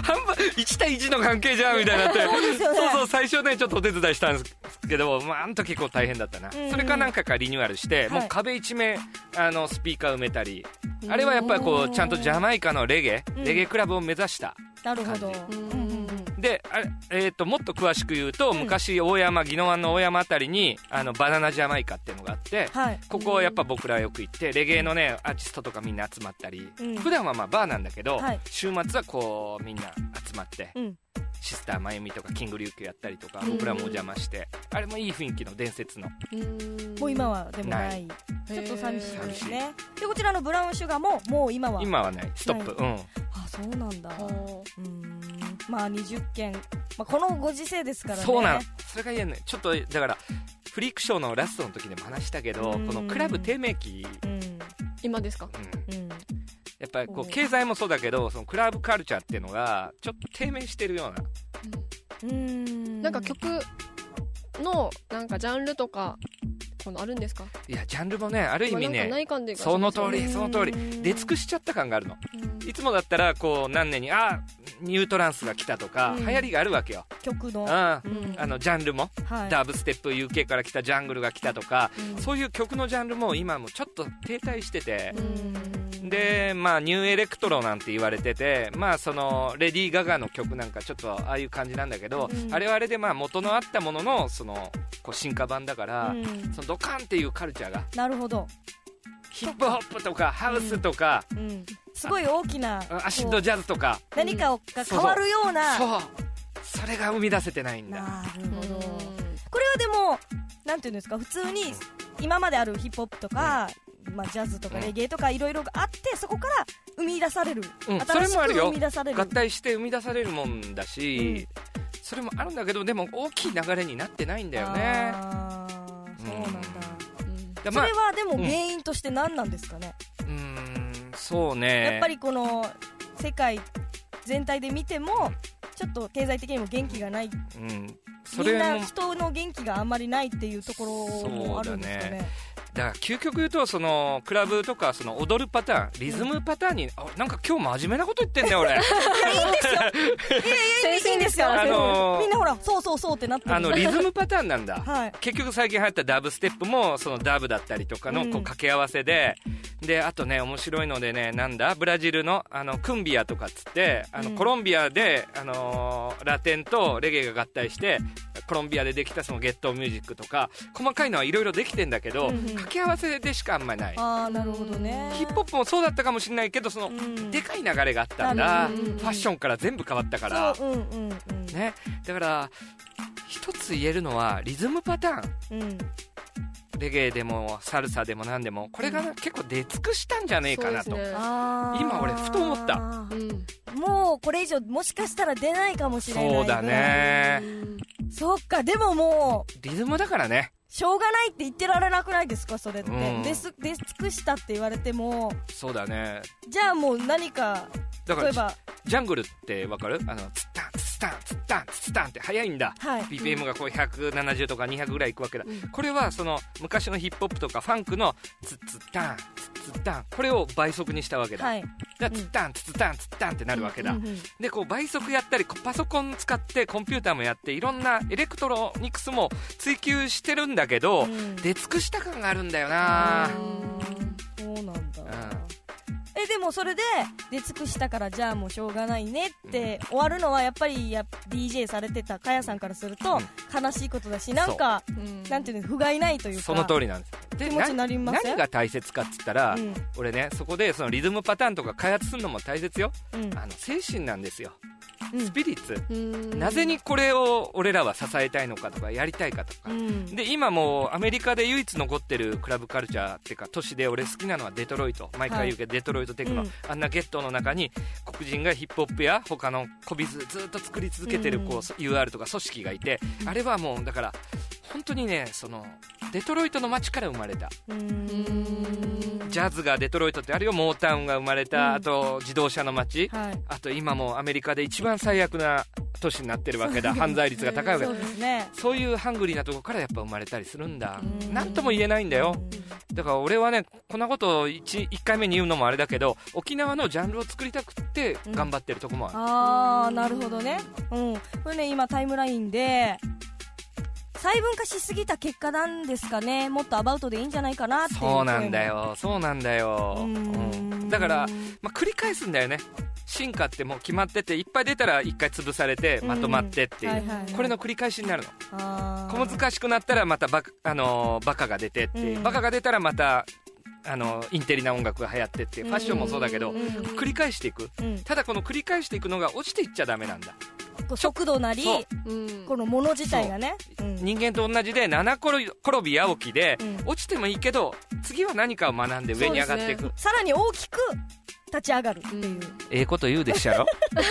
半分1対1の関係じゃんみたいになって
そうですよね
そうそう最初ねちょっとお手伝いしたんですけどまああの時結構大変だったな、
うん
それかなんかかリニューアルして、
はい
もう壁一面あのスピーカー埋めたりあれはやっぱりこうちゃんとジャマイカのレゲエ、
うん
レゲエクラブを目指した
なるほど
感
じ
うんうんうん
であれ、えー、ともっと詳しく言うと、昔大山宜野湾の大山あたりにあのバナナジャマイカっていうのがあって、
はい
ここはやっぱ僕らよく行ってレゲエのねアーティストとかみんな集まったり、
うん
普段はまあバーなんだけど、
はい
週末はこうみんな集まって、
うん
シスターまゆみとかキングリュウキュウやったりとか
うん
僕らもお邪魔して、あれもいい雰囲気の伝説の
もう今はでもない
ない
ちょっと寂しいです
へ
ねでこちらのブラウンシュガーももう今は
今はないストップ、うん
あそうなんだ
あー
うーんまあ20件、まあ、このご時世ですからね
そうなのそれが言えないちょっとだからフリークショーのラストの時でも話したけど、
うん
このクラブ低迷期、
うん
今ですか
うん
うん
やっぱりこ
お
う
う
経済もそうだけどそのクラブカルチャーっていうのがちょっと低迷してるような
うーん
なんか曲のなんかジャンルとかこのあるんですか
いやジャンルもねある意
ま
味
あなんかな
ね
い感じが
その通
う
り
ん
その通り出尽くしちゃった感があるの
うん
いつもだったらこう何年にあニュートランスが来たとか、
うん
流行りがあるわけよ、
曲
う
の
ん、あ
うん
のジャンルも、
はい
ダブステップ UK から来たジャングルが来たとか、
うん
そういう曲のジャンルも今もちょっと停滞してて、
うん
でまあニューエレクトロなんて言われててまあそのレディー・ガガの曲なんかちょっとああいう感じなんだけど、
うん
あれはあれでまあ元のあったもののそのこう進化版だから、
うん
そのドカンっていうカルチャーが
なるほど、
ヒップホップとかハウスとか、
うん、すごい大きな
アシッド
こ
ジャズとか
う何かが変わるような
そうそれが生み出せてないんだ
なるほどこれはでもなんていうんですか普通に今まであるヒップホップとか、まあ、ジャズとか
うん
レゲエとかいろいろがあってそこから生み出される、
うん
新し
それもあ
く
るよ
生み出される
合体して生み出されるもんだし、それもあるんだけどでも大きい流れになってないんだよね
あーそうなんだ、
うん
だ
そ
まあ
れはでも
うん
原因として何なんですかね、
うーんそうね
やっぱりこの世界全体で見てもちょっと経済的にも元気がない
うん、そ
みん
れ
な
も
人の元気があんまりないっていうところもあるんですかね
だから究極言うとそのクラブとかその踊るパターンリズムパターンに、あなんか今日真面目なこと言ってんだよ俺
いやいいんですよ、
あのー
みんなほらそうそうそうってなってる
あのリズムパターンなんだ
はい
結局最近流行ったダブステップもそのダブだったりとかの
うん
こう掛け合わせで、であとね面白いのでねなんだブラジルのあのクンビアとかっつってあの
うん
コロンビアで、あのーラテンとレゲエが合体してコロンビアでできたそのゲットーミュージックとか細かいのはいろいろできてんだけど、
うんうん
掛け合わせでしかあんまりない
ああなるほどね
ヒップホップもそうだったかもしれないけどその、
うん
でかい流れがあったんだ、
うん
ファッションから全部変わったから、
そううんうんうん
ね、だから一つ言えるのはリズムパターン
うん
レゲエでもサルサでも何でもこれがな、結構出尽くしたんじゃねえかなと、
そうですね
あー
今俺ふと思った
うん
もうこれ以上もしかしたら出ないかもしれないぐらい
そうだね
そっかでももう
リズムだからね
しょうがないって言ってられなくないですかそれって、
うん
出す出尽くしたって言われても
そうだね
じゃあもう何か
だか
例
ら
えば
ジャングルってわかるあのツッタンツッタンツッタンツッタンって速いんだ
はい
BPM がこう170とか200ぐらいいくわけだ、
うん
これはその昔のヒップホップとかファンクのツッツッタンツッツッタンこれを倍速にしたわけだ、
はい
だからツッタンツッタンツッタンってなるわけだ、
うんうん
でこう倍速やったりこうパソコン使ってコンピューターもやっていろんなエレクトロニクスも追求してるんだけど、
うん
出尽くした感があるんだよな
そうなんだ、
ん
えでもそれで出尽くしたからじゃあもうしょうがないねって終わるのはやっぱりや DJ されてたかやさんからすると悲しいことだしなんか
うん
なんていうの不甲斐ないというか
その通りなんですで
気持ちになりません
何が大切かっつったら、
うん
俺ねそこでそのリズムパターンとか開発するのも大切よ
うん
あの精神なんですよスピリッツ、
うん
なぜにこれを俺らは支えたいのかとかやりたいかとか、
うん
で今もうアメリカで唯一残ってるクラブカルチャーっていうか都市で俺好きなのはデトロイト毎回言うけど、デトロイトテクノ、
うん
あんなゲットの中に黒人がヒップホップや他のコビズずっと作り続けてるこう、
うん
UR とか組織がいてあれはもうだから本当にねそのデトロイトの街から生まれた
うん
ジャズがデトロイトってあるよモータウンが生まれた、あと自動車の街、
はい
あと今もうアメリカで一番最悪な都市になってるわけだ犯罪率が高いわけ
そ
だ
うですね
そういうハングリーなとこからやっぱ生まれたりするんだなんとも言えないんだよだから俺はねこんなことを 1, 回目に言うのもあれだけど沖縄のジャンルを作りたくって頑張ってるとこもある、
あーなるほどねうんこれね今タイムラインで細分化しすぎた結果なんですかねもっとアバウトでいいんじゃないかなっていう声も
そうなんだよそうなんだよ、
う
うん
ん
だから、まあ、繰り返すんだよね進化ってもう決まってていっぱい出たら一回潰されてまとまってっていう、
はいはい
これの繰り返しになるの
あー
小難しくなったらまたバカ,、あのーバカが出てって、
うん
バカが出たらまた、あのーインテリな音楽が流行ってってファッションもそうだけど、
うん
繰り返していく
うん
ただこの繰り返していくのが落ちていっちゃダメなんだ
こう速度なり
そう
うん
このもの自体がねうん
人間と同じで七転び転び八起きで、
うん
落ちてもいいけど次は何かを学んで上に上がっていく、
そう
さらに大きく立ち上がるっていう、
ええこと言うでっしゃろ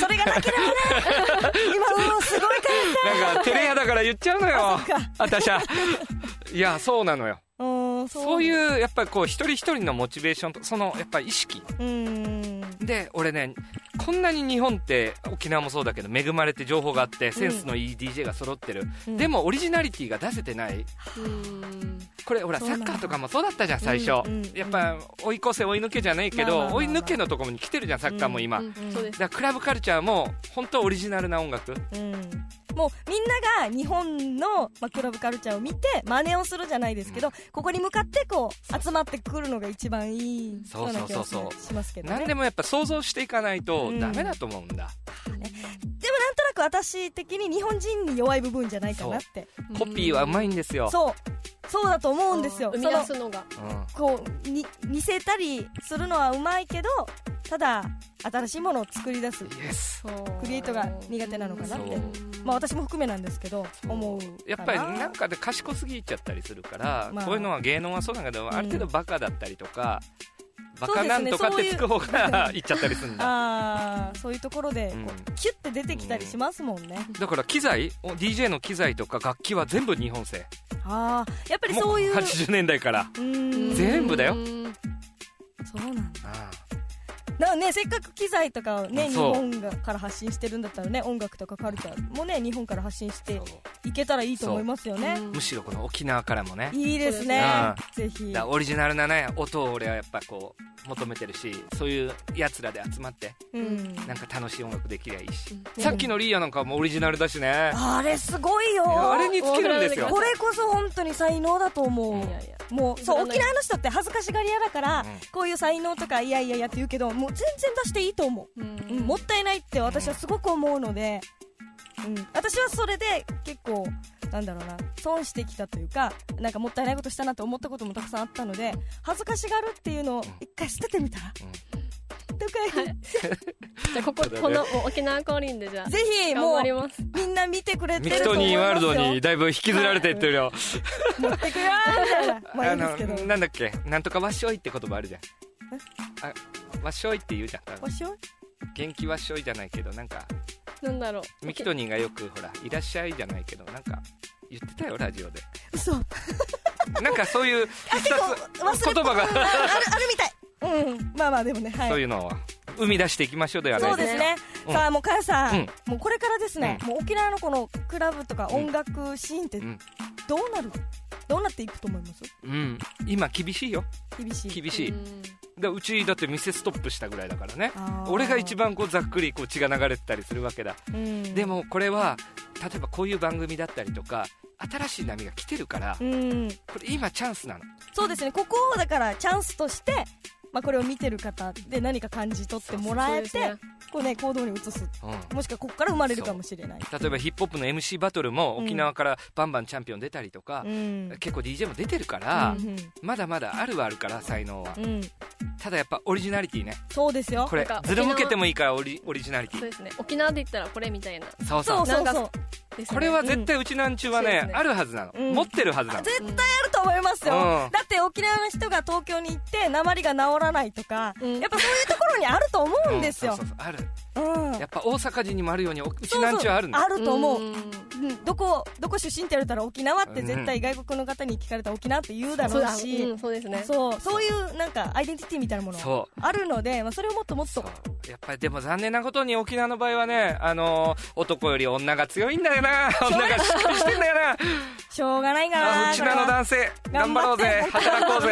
それがなければね今のすごい
なんか照れ屋だから言っちゃうのよあたしゃいやそうなのよ
うん
そういうやっぱりこう一人一人のモチベーションとそのやっぱり意識
うん
で俺ねこんなに日本って沖縄もそうだけど恵まれて情報があってセンスのいい DJ が揃ってる、
うん
でもオリジナリティが出せてない
うん
これほら
そ
サ
うなん
ッ
だ
カーとかもそうだったじゃん最初、
うんうん
やっぱ追い越せ追い抜けじゃないけど、
まあまあまあまあ
追い抜けのところに来てるじゃんサッカーも今、
うん
だ
そうです
からクラブカルチャーも本当オリジナルな音楽
うんもうみんなが日本の、まあ、クラブカルチャーを見て真似をするじゃないですけど、ここに向かってこう集まってくるのが一番いい
そうそうそうそう
ような気がしますけどね
何でもやっぱ想像していかないとダメだと思うんだ、
でもなんとなく私的に日本人に弱い部分じゃないかなって
コピーはうまいんですよ、
そうそうだと思うんですよ
生み
その
出すのが
うん
こうに似せたりするのはうまいけどただ新しいものを作り出す
イエス
クリエイトが苦手なのかな
って
まあ私も含めなんですけど思うかな
やっぱりなんかで賢すぎちゃったりするから、
まあ
こういうのは芸能はそうだけど、
ん
ある程度バカだったりとかバ
そ
カ
うで
な
す
ん
ね
とかっ
そう
て
いう
つく方がいっちゃったりするんだ
あーそういうところでこう、
うん
キュッて出てきたりしますもんね、
だから機材お DJ の機材とか楽器は全部日本製
ああやっぱり
も
そういう
80年代から
うーん
全部だよ
うん
そうなんだだからねせっかく機材とかをね日
そう
本がから発信してるんだったらね音楽とかカルチャーもね日本から発信していけたらいいと思いますよね
むしろこの沖縄からもね
いいですねぜひ
だからオリジナルなね音を俺はやっぱこう求めてるしそういうやつらで集まって
うん
なんか楽しい音楽できりゃいいし、
うん
さっきのリーヤなんかもオリジナルだしね
あれすごい
いや
よ
あれにつけるんですよ
これこそ本当に才能だと思う
いやいや
もうそ
譲ら
う
ない
沖縄の人って恥ずかしがり屋だから、
うん
こういう才能とかいやいやいやって言うけどもう全然出していいと思
う
う、うんも
ん
ったいないって私はすごく思うので、うん、私はそれで結構なんだろうな損してきたというかなんかもったいないことしたなと思ったこともたくさんあったので恥ずかしがるっていうのを一回捨ててみたら、とか、
じゃあこここのもう沖縄降臨でじゃあ
ぜ ひ
頑
もう
張ります
みんな見てくれて
ミ
る
キ
と
ト
思い
ニーワー
ま
ル
す
ド
よ
にだいぶ引きずられていってるよ
持ってくよーみたいなまあいいんですけど
あのなんだっけなんとかわっしょいって言葉あるじゃんあわっしょいって言うじゃん多分
おしょい
元気わっしょいじゃないけどなんか
なんだろう
ミキトニーがよくほら「いらっしゃい」じゃないけどなんか言ってたよラジオで
嘘あ
なんかそういう必
結構忘れ
殺言葉
ある
が
あるみたいうんまあまあでもねはい
そういうのを生み出していきましょうではな
そ
いうで
ですす
か
ね、
うん
さあもうかやさん、
うん
もうこれからですね、
う
もう沖縄のこのクラブとか
うん
音楽シーンって
うん
どうなる、どうなっていくと思います
うん今厳しいよ
厳しい
厳しい
うん
だうちだって店ストップしたぐらいだからね
あー
俺が一番こうざっくりこう血が流れてたりするわけだ
うん
でもこれは例えばこういう番組だったりとか新しい波が来てるから
うん
これ今チャンスなの
そうですねここをだからチャンスとしてまあ、これを見てる方で何か感じ取ってもらえて
そうですね
こうね行動に移す
うん
もしくはここから生まれるかもしれない
例えばヒップホップの MC バトルも沖縄からバンバンチャンピオン出たりとか、
うん
結構 DJ も出てるから、
うん
まだまだあるはあるから才能は、
うん、
ただやっぱオリジナリティね
そうですよ
これ
なんか
ずる向けてもいいからオリオリジナリテ
そう
ィ
ですね沖縄で言ったらこれみたいな
そうそう
そうそう
なん
そう
ですね
これは絶対うちなんちゅうは
そう
ね
ですね
あるはずなの、
うん
持ってるはずなの
絶対あると思いますよ、
うん
だって沖縄の人が東京に行って鉛が治らないとか、
うん
やっぱそういうところにあると思うんですよ
う、そうそうある
うん
やっぱ大阪人にもあるようにうちなんちゅうはあるんだ
あると思う、
ん
うんどこどこ出身って言われたら沖縄って絶対外国の方に聞かれたら沖縄って言うだ
そ
ろ
う
う
だ
し、
うんそうですね
そうそういうなんかアイデンティティみたいなもの
そう
あるので、まあ、それをもっともっと
そうやっぱりでも残念なことに沖縄の場合はね、あのー男より女が強いんだよな女がしっかりしてんだよな
しょうがないかな
あうちなの男性頑張ろうぜ働こうぜ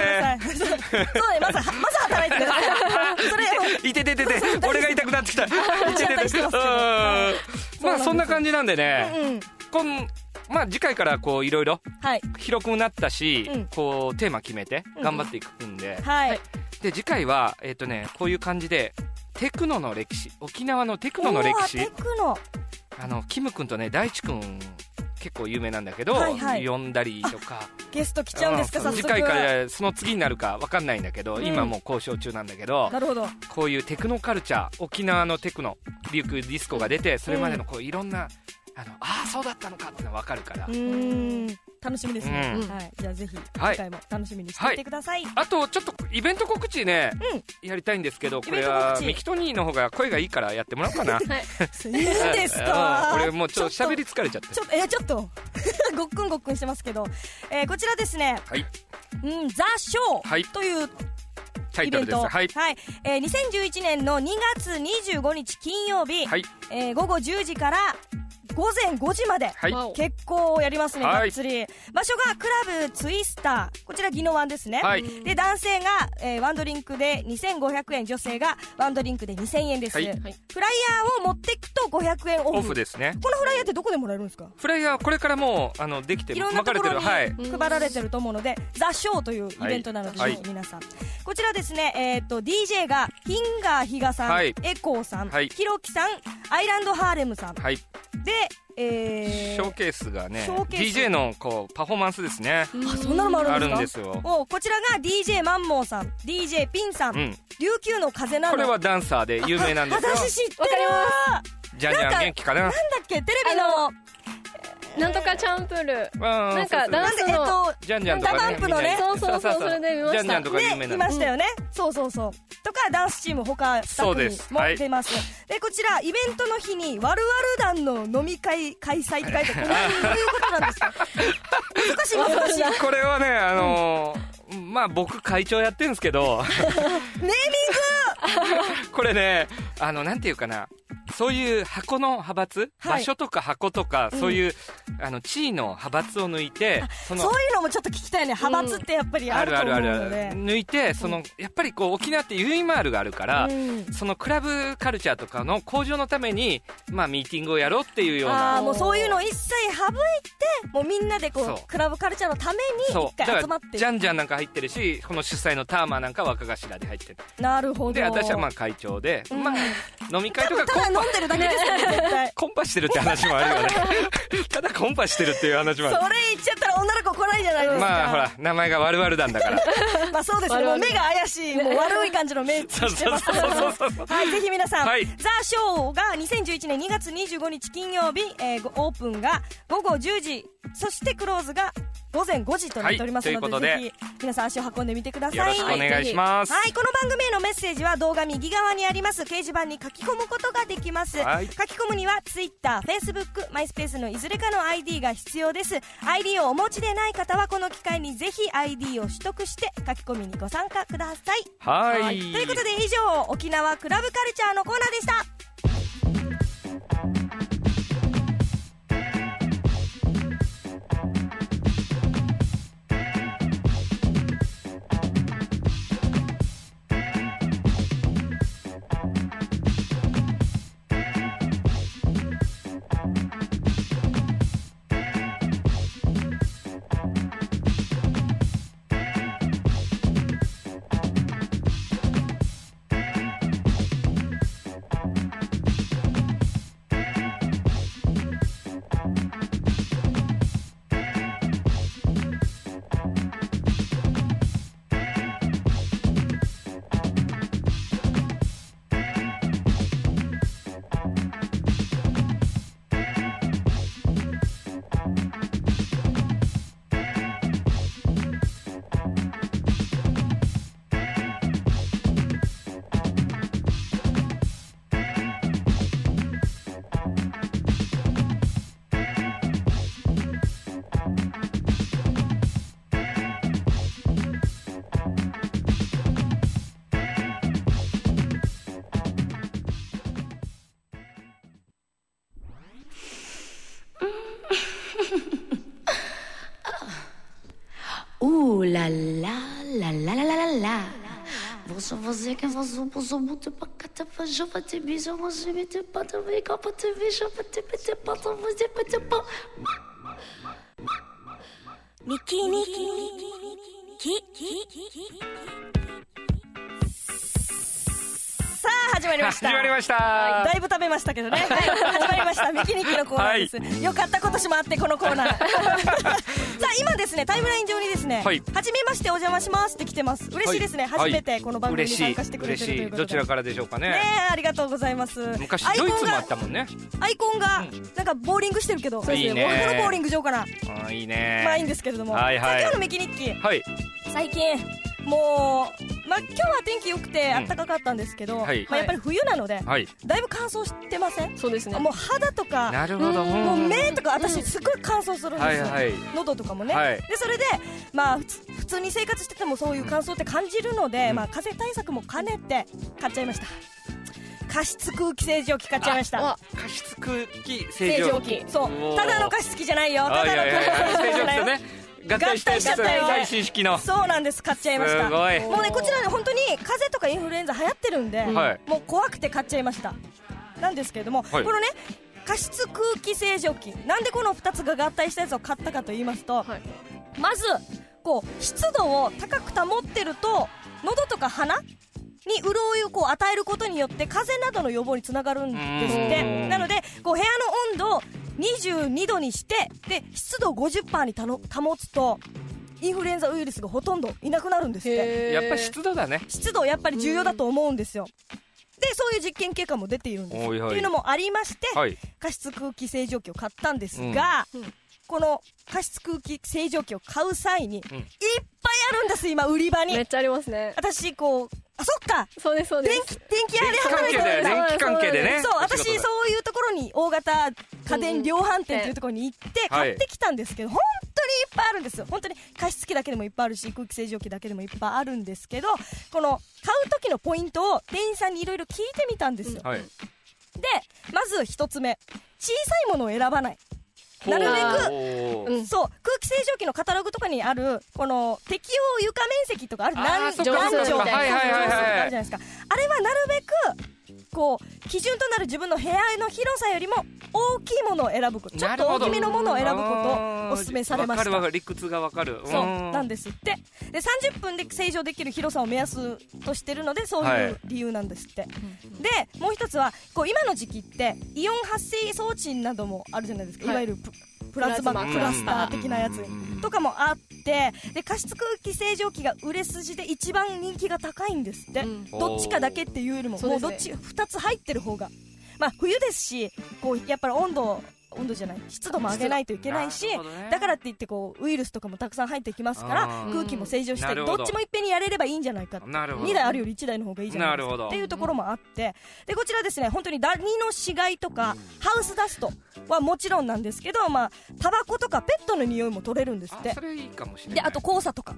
そうねまずはまず働いてくださいそれを
いてててて俺が痛くなってきたいてて
たり
て
し
て
て
う
ま
ん
すけどはい
まあそんな感じなんでね、
うん
こんまあ次回からこういろいろ
はい
広くなったし、
うん
こうテーマ決めて
うん
頑張っていくんで、
はい、
はい
で次回はえっ、とねこういう感じでテクノの歴史沖縄のテクノの
う
歴
わ
史
テクノ
あのキム君とね大地君結構有名なんだけど、
はいはい
呼んだりとか
ゲスト来ちゃうんですか
う
早速
次回からその次になるか分かんないんだけど、
うん
今もう交渉中なんだけど
なるほど
こういうテクノカルチャー沖縄のテクノリュックディスコが出てそれまでのこういろんなあのああそうだったのかってのが分かるから
う。ーん楽しみですね、
うん
はい、じゃあぜひ
はい
次回も楽しみにしていてくだ さい、
あとちょっとイベント告知ね、やりたいんですけどこれは
イベント告知
ミキトニーの方が声がいいからやってもらおうかな
い、いんですか
うん俺もうちょっと喋り疲れちゃって
ちょっと、えー、ちょっと、 ごっくんごっくんしてますけど、えーこちらですね、
はい
うん、ザ・ショ
はい
ーという
タイ
イ
トル
ベン
です
ト、
はい
えー2011年の2月25日金曜日、
はい
えー午後10時から午前5時まで、
はい
わお
結構やりますね、
はい
がっつり。場所がクラブツイスター、こちら宜野湾ですね。
はい
で、男性が、えーワンドリンクで2500円、女性がワンドリンクで2000円です。
はいはい
フライヤーを持ってくと500円オフ。
オフですね
このフライヤーってどこでもらえるんですか
フライヤーこれからもうあのできて
い
る
ろん
分
な
か
と
れ
こ
てる
ろに
はい
配られてると思うので「ザ・ショー」というイベントなので、
はい
ぜひ皆さんこちらですね、えー、と DJ がヒンガー比嘉さん、
はい
エコーさん、
はい
ひろきさんアイランドハーレムさん
はい
で、え
ショーケースがね
ショーケース
DJ のこうパフォーマンスですね
ー、あそんなのも
あ
あるん
る
です
ん
か
ですよ
おこちらが DJ マンモーさん DJ ピンさん、
うん
琉球の風なの
これはダンサーで有名なんですよ
私知ってるわかります
じゃんじゃん元気かな
なんだっけテレビの
なんとかチャンプル
な
なんかダ
な
ン
んでえ
ス
っ
の
と
じゃんじゃんとかね
ダダンプのね
みんな
そうそうそうそれで見ました
じゃんじゃんとか有名
ね、
ないの
ましたよね、そうそうそうとかダンスチーム他スタッフにも出ますでこちらイベントの日に「わるわる団の飲み会開催」って書いてあるこれどういうことなんですか難しい難しいネーミン
これはねあのーまあ僕会長やってるんですけど
グ
これねあのなんていうかなそういう箱の派閥、
はい
場所とか箱とか、そういうあの地位の派閥を抜いてそ
そういうのもちょっと聞きたいね派閥ってやっぱりあると思うので、
抜いてそのやっぱりこう沖縄ってユイマールがあるから、
うん
そのクラブカルチャーとかの向上のために、まあ、ミーティングをやろうっていうよう
あ
な
あもうそういうの一切省いてもうみんなでこ
そう
うクラブカルチャーのために
そ
一
うだ
回集ま
か
っ
ら
て
じゃ
る
んじゃんなんか入ってるしこの主催のターマーなんか若頭で入ってる
なるほど
で私はまあ会長で、まあ、飲み会とか
ただ
コンパ
飲んでるだけですよね絶対
コンパしてるって話もあ るよねただコンパしてるっていう話も
そ
あ
れ
る
言っちゃったら女の子来ないじゃないですか
まあほら名前が悪々なんだ から
まあそうです
我
ね、もう
々
目が怪しい、もう悪い感じの目して
そう
ますけ
そう
ど。
そうそうそう
はい、ぜひ皆さん、
はい
ザ・ショーが2011年2月25日金曜日、えーごオープンが午後10時、そしてクローズが午前5時となっております
はいと
ので、
いうことで
ぜひ皆さん足を運んでみてください。
よろしくお願いします、
はい、この番組へのメッセージは動画右側にあります掲示板に書き込むことができます、
はい
書き込むには TwitterFacebook、MySpace のいずれかの ID が必要です ID をお持ちでない方はこの機会にぜひ ID を取得して書き込みにご参加ください
はい
ということで以上沖縄クラブカルチャーのコーナーでした
Ooh la la la la la la la la. Vou só fazer que faz um pouso muito pra cá, te fazer pra te beijar, mas se me te pata, vem cá pra te beijar, pra te pata, pata, fazer pra te pata.
ミキニキキさあ始まりました
始まりました、
だいぶ食べましたけどね、始まりましたミキニキのコーナーです、よかった今年もあってこのコーナー さあ今ですねタイムライン上にですね
はい
初めましてお邪魔します」って来てます嬉しいですね、
は
初めてこの番組に
嬉しい
参加してくれてるというこ
嬉しい
とで
どちらからでしょうかね
ねえありがとうございます
昔
アイコ
ド
ン
イツもあ
が
ったもんね
アイコンがなんかボーリングしてるけど
いいね
僕このボーリング場から
あーいいね
まあいいんですけれども、
はいはい
さあ今日のミキニッキ
はい
最近もう、まあ、今日は天気良くて
うん
暖かかったんですけど、
はい
まあ、やっぱり冬なので、
はい
だいぶ乾燥してません
そうですね
もう肌とか
なるほど
うん
もう目とか
うん
私すごい乾燥するんですよ、
はいはい
喉とかもね、
はい
でそれで、まあ、ふつ普通に生活しててもそういう乾燥って感じるので、
うん
まあ、風邪対策も兼ねて買っちゃいました加湿空気清浄機買っちゃいました
あ
加湿空気清浄機
清
そう
おー
ただの加湿器じゃないよた
あい
だの
やいやい
空気
や
清
清
浄機じ
浄
ゃな
機
いよ
とね合体したやつ
合体したやつ
最新式の
そうなんです買っちゃいました
すごい
もうねこちらね本当に風邪とかインフルエンザ流行ってるんで、
はい
もう怖くて買っちゃいましたなんですけれども、
はい
このね加湿空気清浄機なんでこの2つが合体したやつを買ったかと言いますと、
はい
まずこう湿度を高く保ってると喉とか鼻に潤いをこう与えることによって風邪などの予防につながるんですっ
う
て
ん
なのでこう部屋の温度を22度にしてで湿度を50%にたの保つとインフルエンザウイルスがほとんどいなくなるんですって
へー
やっぱり湿度だね
湿度やっぱり重要だと思うんですよでそういう実験結果も出ているんです
おいおい
っていうのもありまして、
はい
加湿空気清浄機を買ったんですが、この加湿空気清浄機を買う際に、
うん
いっぱいあるんです今売り場に、
めっちゃありますね
私こうあそっか
そうですそうで
電
す
気電気屋で
関
働い
係
て
だ
るん
よ
だ
ね
電気関係でね
そう私
お仕事で
そういうところに大型家電量販店というところに行って
はい
買ってきたんですけど、本当にいっぱいあるんですよ本当に加湿器だけでもいっぱいあるし空気清浄機だけでもいっぱいあるんですけどこの買う時のポイントを店員さんにいろいろ聞いてみたんですよ、
はい
でまず一つ目小さいものを選ばないなるべく
べ
うん
そう空気清浄機のカタログとかにあるこの適用床面積とかある
あー
何
そっ
か
何畳
そっか
はいはいはいはい
とかあるじゃないですかあれはなるべくこう基準となる自分の部屋の広さよりも大きいものを選ぶことちょっと大きめのものを選ぶことをお勧めされまし
わかるわ
た
かる理屈がわかる
そうなん
で
ですってで30分で清浄できる広さを目安としてるのでそういう理由なんですって、でもう一つはこう今の時期ってイオン発生装置などもあるじゃないですか、
はい
い、わゆるププラズマ
プラズマ
クラスター的なやつ
うん
とかもあってで加湿空気清浄機が売れ筋で一番人気が高いんですって、
うん
どっちかだけっていうよりも
そう
も
で
う
すね
どっち2つ入ってる方がまあ冬ですしこうやっぱり温度温度じゃない湿度も上げないといけないし、
なるほどね
だからって言ってこうウイルスとかもたくさん入ってきますか
あ
ら
ー
空気も清浄して
なる
ど
ほど
っちもいっぺんにやれればいいんじゃないかって
なるほど
2台あるより1台の方がいいじゃないです
なるほ
か
ど
っていうところもあってでこちらですね本当にダニの死骸とかハウスダストはもちろんなんですけどまあタバコとかペットの匂いも取れるんですっ
あ
て
それいいかもしれな
で
い
あ と黄砂とか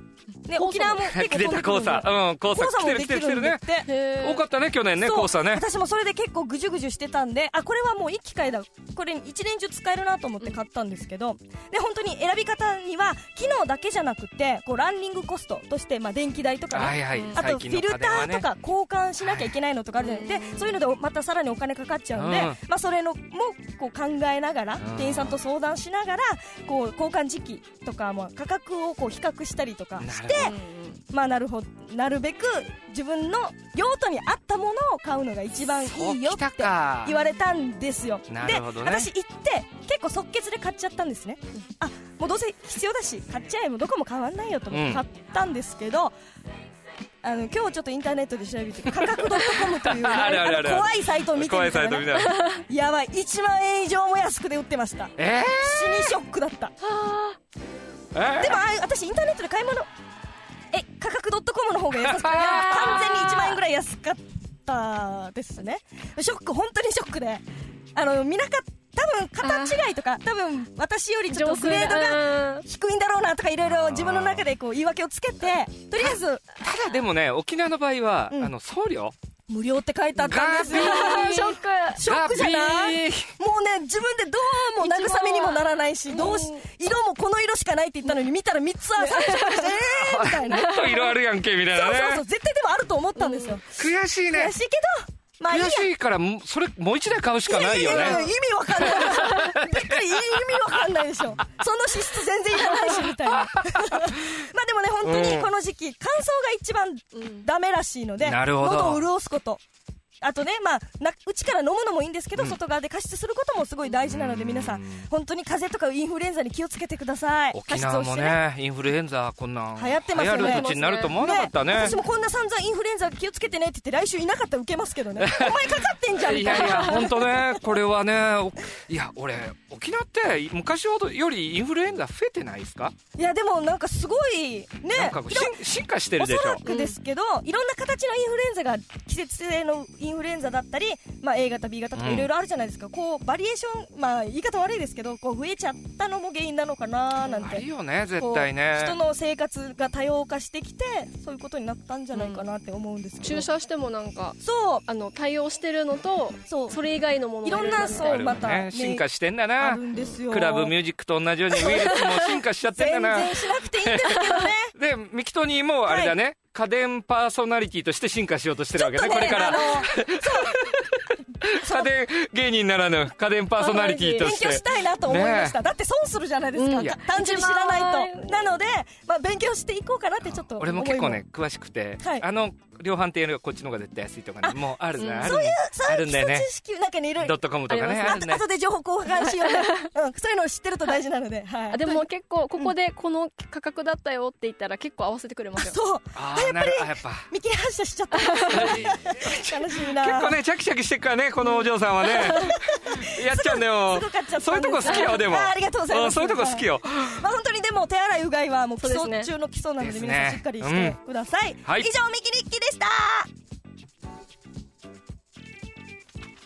ね沖縄も結構
出た交差うん交
黄
差来て
砂もで
る
き
来てる来て
る
る
んだ
ね
って
へー
多かったね去年ね
そう
交差ね
私もそれで結構ぐじゅぐじゅしてたんであこれはもういい機会だこれ一年中使えるなと思って買ったんですけど、で本当に選び方には機能だけじゃなくてこうランニングコストとして、まあ、電気代とかね、
はいはい
あと
最
フ
近
ィ
の
ル
家
タ
電は
ー
ね
とか交換しなきゃいけないのとかあるじゃないですか、でそういうのでまたさらにお金かかっちゃうんで、
うん
まあ、それのもこう考えながら、店員さんと相談しながらこう交換時期とか、まあ、価格をこう比較したりとかして
なる
まあなるほどなるべく自分の用途に合ったものを買うのが一番いいよ
そうきた
って
か
言われたんですよ、
な
で
るほどね
私行って結構即決で買っちゃったんですね、あもうどうせ必要だし買っちゃえばどこも変わんないよと思って買ったんですけど、あの今日ちょっとインターネットで調べて価格 .com という ね
あるあるある
の怖いサイトを見てみたら
怖
ね
いサイトみたいな
やばい1万円以上も安くで売ってました
え
死にショックだった
ーえ
でもあ私インターネットで買い物え価格 .com の方が安くて完 全に1万円ぐらい安かったですねショック本当にショックであの見なかった多分型違いとか多分私よりちょっとグレードが
が
低いんだろうなとかいろいろ自分の中でこう言い訳をつけてとりあえず
ただでもね沖縄の場合は、
うん
あの送料
無料って書いてあったんですよ
ガービ
ショック
ショックじゃない
ガビー
もうね自分でどうも慰めにもならないし、どうし、色もこの色しかないって言ったのに見たら3つある。 えーみたいな。そう
ちょっと色あるやんけみたいなね
そうそう、絶対でもあると思ったんですよ。
悔しいね
悔しいけど、まあいい
悔
や。
しいからもうそれもう一台買うしかないよ
ややや意
ね
味わかんないでしょ。びっくり、意味わかんないでしょ。その資質全然いらないし、みたいな。ま あでもね、本当
う
に
ん
この時期、乾燥が一番ダメらしいので、
なるほど
喉を潤すこと。あとね、まあ、なうちから飲むのもいいんですけど、外側で加湿することもすごい大事なので、皆さん、本当に風邪とかインフルエンザに気をつけてください。
沖縄もねインフルエンザこんなん
流行ってますよね
流行る土地になると思わなかったね
私もこんな散々インフルエンザ気をつけてねって言って来週いなかったら受けますけどねお前かかってんじゃんみ
い
た
や
いない
や本当ねこれはねおいや俺沖縄って昔ほどよりインフルエンザ増えてないですか
いやでもなんかすごいね
なんかこう
でも
進進化して
お
るでし
そら
ょ
くですけど、いろんな形のインフルエンザが季節性のインフルエンザだったり、まあ、A 型 B 型とか
うん
いろいろあるじゃないですか、こうバリエーション、まあ、言い方悪いですけどこう増えちゃったのも原因なのかななん
ある
て。
よね
こ
絶
う
対ね
人の生活が多様化してきてそういうことになったんじゃないかなって思うんですけど、
注射してもなんか
そう
あの対応してるのと
そう
それ以外のもの
いろんな
そ
そう
あるよ
また
ね
ね
進化してんだ
あ
な
るんですよ
クラブミュージックと同じようにウイルスも進化しちゃってんだ
全
な
然しなくていいんですけどね
でミキトニーもあれだね、家電パーソナリティとして進化しようとしてるわけねこれか
あ
ら
の
家電芸人ならぬ家電パーソナリティと
勉
して
強したいなと思いました、だって損するじゃないですか、
うん
いや
単純に知らないとなので、まあ、勉強していこうかなってちょっと
俺も結構ね詳しくて、
はい
あの量販店よりはこっちの方が絶対安いとかねもうあるね、ある
そういうそ
あ
う
る
いうん基
だよ
礎
ね
知識なんかねいろい
ドッ
ろ
トコムとかねあ
あ
る
と
ね
後で情報交換しよ うね、うん、そういうのを知ってると大事なので、はい、
あでも結構ここでこの価格だったよって言ったら結構合わせてくれますよ
そう
ああなるあやっぱ
見切り発車しちゃった 楽しい な
結構ねチャキチャキしてっからねこのお嬢さん はねやっちゃうんだよ
すぐ買っちゃったんです
そういうとこ好きよでも
あーありがとうございます
んそういうとこ好きよ
まあ本当にでも手洗いうがいはもう基
そうで
礎
すね
中の基礎なの
で
です
ね
皆さんしっかりしてください、
はい
以上ミキリッキでした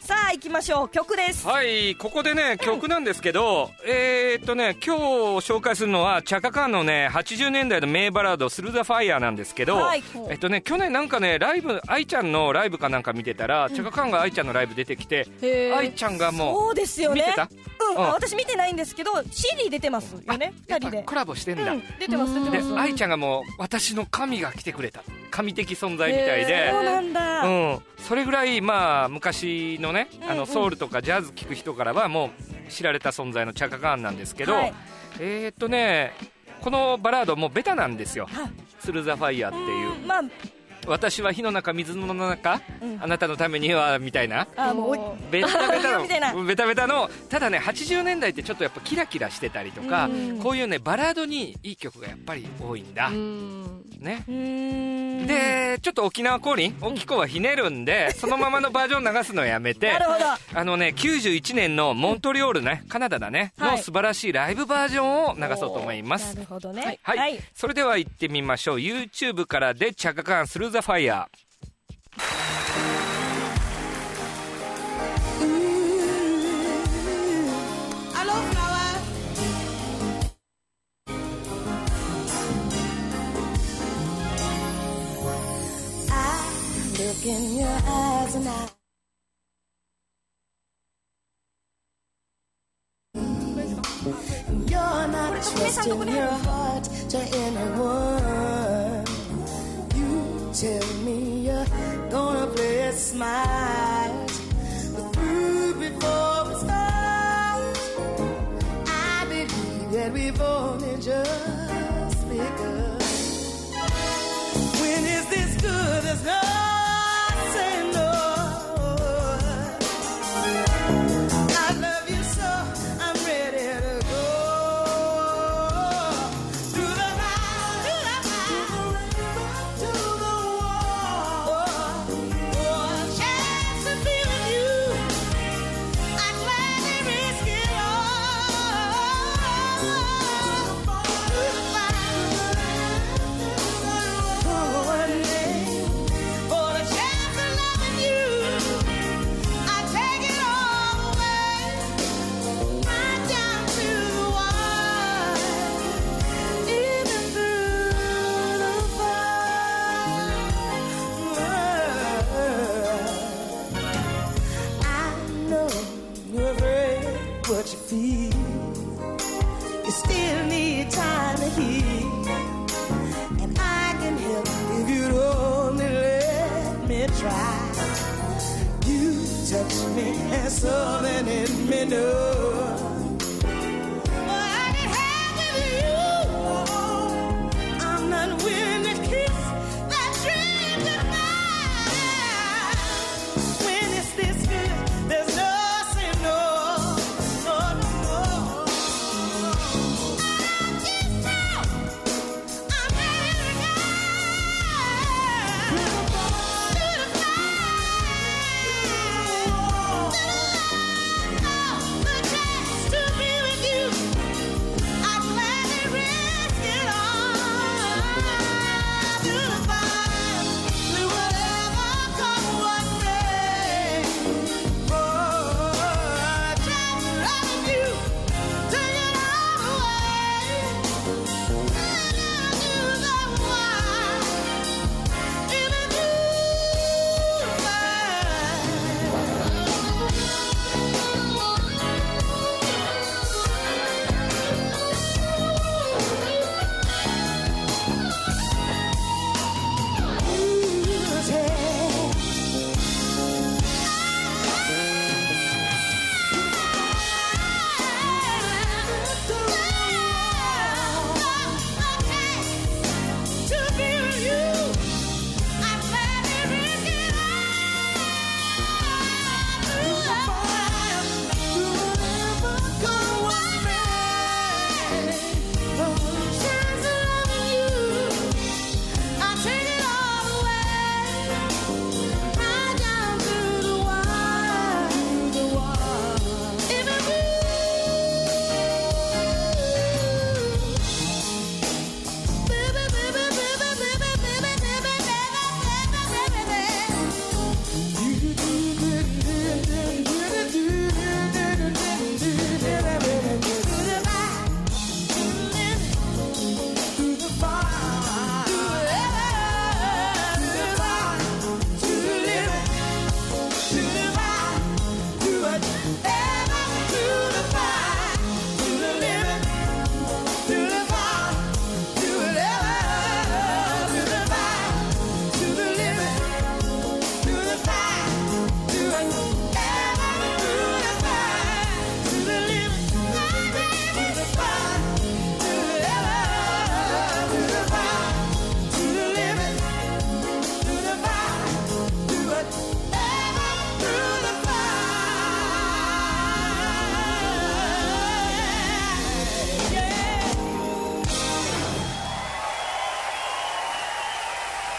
さあ行きましょう曲です
はいここでね曲なんですけど、えーっとね今日紹介するのはチャカカンのね80年代の名バラード「スルーザファイヤーなんですけど、
はい
えっとね去年なんかねライブ愛ちゃんのライブかなんか見てたら、チャカカンが愛ちゃんのライブ出てきて
へー
愛ちゃんがもう
そうですよね
見てた
うん、
うん
あ私見てないんですけど CD 出てますよね
や
2
っ
人
ぱ
で
コラボしてんだ、
うん出てます出て
で
ます
愛ちゃんがもう私の神が来てくれた神的存在みたいで
へ
そうなんだ、
うん、それぐらい、まあ、昔のね、あ
うんう
の
ん
ソウルとかジャズ聴く人からはもう知られた存在のチャカカーンなんですけど、
はい
えーっとねこのバラードもうベタなんですよ
はい
「スルーザファイヤー」っていう
うんまあ
「私は火の中水の中、
うん
あなたのためには」みたいな
あもう
もう
ベタベタ
みたいな
のベタベタのただね80年代ってちょっとやっぱキラキラしてたりとか、
うん
こういうねバラードにいい曲がやっぱり多いんだ、
うん
ね
うーん
でちょっと沖縄降臨沖子はひねるんでそのままのバージョン流すのやめて
なるほど
あのね91年のモントリオールねカナダだね
は
の
い
素晴らしいライブバージョンを流そうと思いま
な
す
るほどね
はい、それでは行ってみましょう YouTube からで「チャカカンスルーザファイヤー」
You're not trusting your heart to anyone. You tell me you're gonna play it smart, but through before we start, I believe that we've only just begun. When is this good? There's no saying no. I love you so, I'm ready to go through the house, to the wall, for a chance to be with you. I gladly risk it all for the fire, for a chance of loving you.
me and something in me know. I'm not willing to kiss that dream goodbye. When it's this good, there's no say no, no, no, no. I'm ready to go. Beautiful, beautiful. the chance to be with you. I'd gladly risk it all. Beautiful, whatever comes what may. Oh, just loving you, take it all away.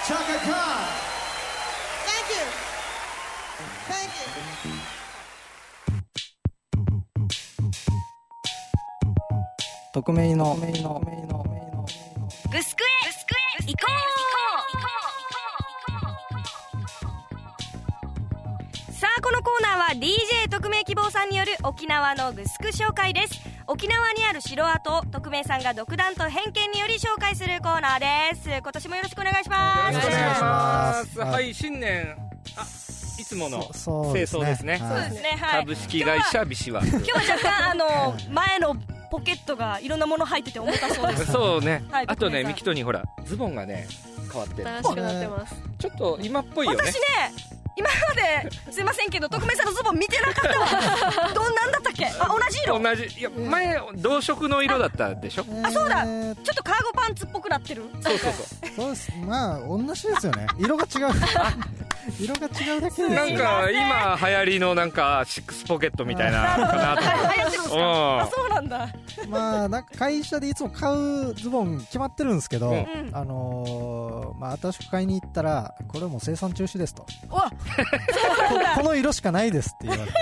Chaka Khan.
Thank you. Thank you.
匿名の匿名の匿名の匿名の
グスクエグスクエ行こうさあこのコーナーは DJ 特命希望さんによる沖縄のグスク紹介です沖縄にある城跡を特命さんが独断と偏見により紹介するコーナーです今年もよろしくお願いします
よろしくお願いします
はい、新年、あ、いつもの
そ
清
そうですね
掃ですね。
はい
そうですねはい
株式会社ビシワ。
今日は若干あの前のポケットがいろんなもの入ってて重たそうです
そうね
はい。
あとね、ミ
徳光さん
キトにほら、ズボンがね、変わってる。
新しくなってます
ちょっと今っぽいよね。
私ね今まですいませんけど特命さんのズボン見てなかったわどんなんだったっけあ同じ色
同じいや前同色の色だったでしょ
あそうだ
えー
ちょっとカーゴパンツっぽくなってる
そうそうそ
そうです。まあ同じですよね。色が 違う。色が違うだけ
う
です
なん
よ。
か今流行りのなんかシックスポケットみたいなのかなと思
流行ってるんですか
うん
あそうなんだ
まあなんか会社でいつも買うズボン決まってるんですけど、
うん
うん
あのーまあ新しく買いに行ったらこれもう生産中止ですと。
おわ
ここの色しかないですって言われて。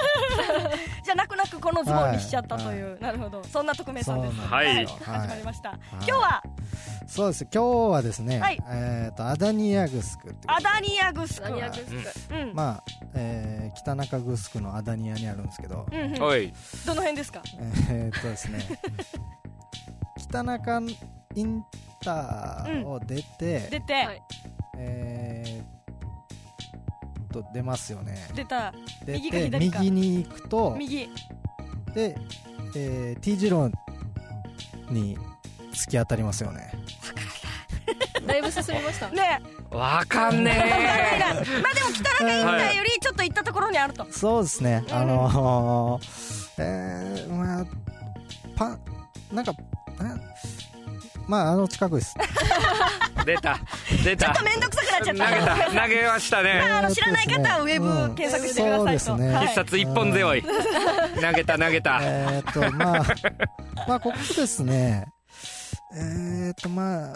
じゃあ泣く泣くこのズボンにしちゃったという、なるほどそんな特命さんです
そう
なんです
よはい
始まりました、今日は
そうです。今日はですね、
はい
えっ、とアダニアグスクってこと
アダニアグスク、う
何やグス
うん
ん
まあ、えー北中グスクのアダニアにあるんですけど、
うんうん、
うおい
どの辺ですか
えーっと ですね北中インターを出て、
出て、
はい
えーっと出ますよね
出た
出
右か
て
左か
右に行くと
右
で、えー T 字路に突き当たりますよね
だいぶ進みました。
ね
わかんね
まあでも北中引退よりちょっと行ったところにあると、
そうですね、あのー、えー、まあ、パン、なんか、なまあ、あの近くです。
え出た出た
めんどくさくなっちゃ
投げ
った
た投げましたね
あの知らない方はウェブ検索してくださいと
うんそうですね。
は
必
い
殺一本背負い投げた投げた
えーっと、 まあ、まあ、ここですね、えーっと、まあ、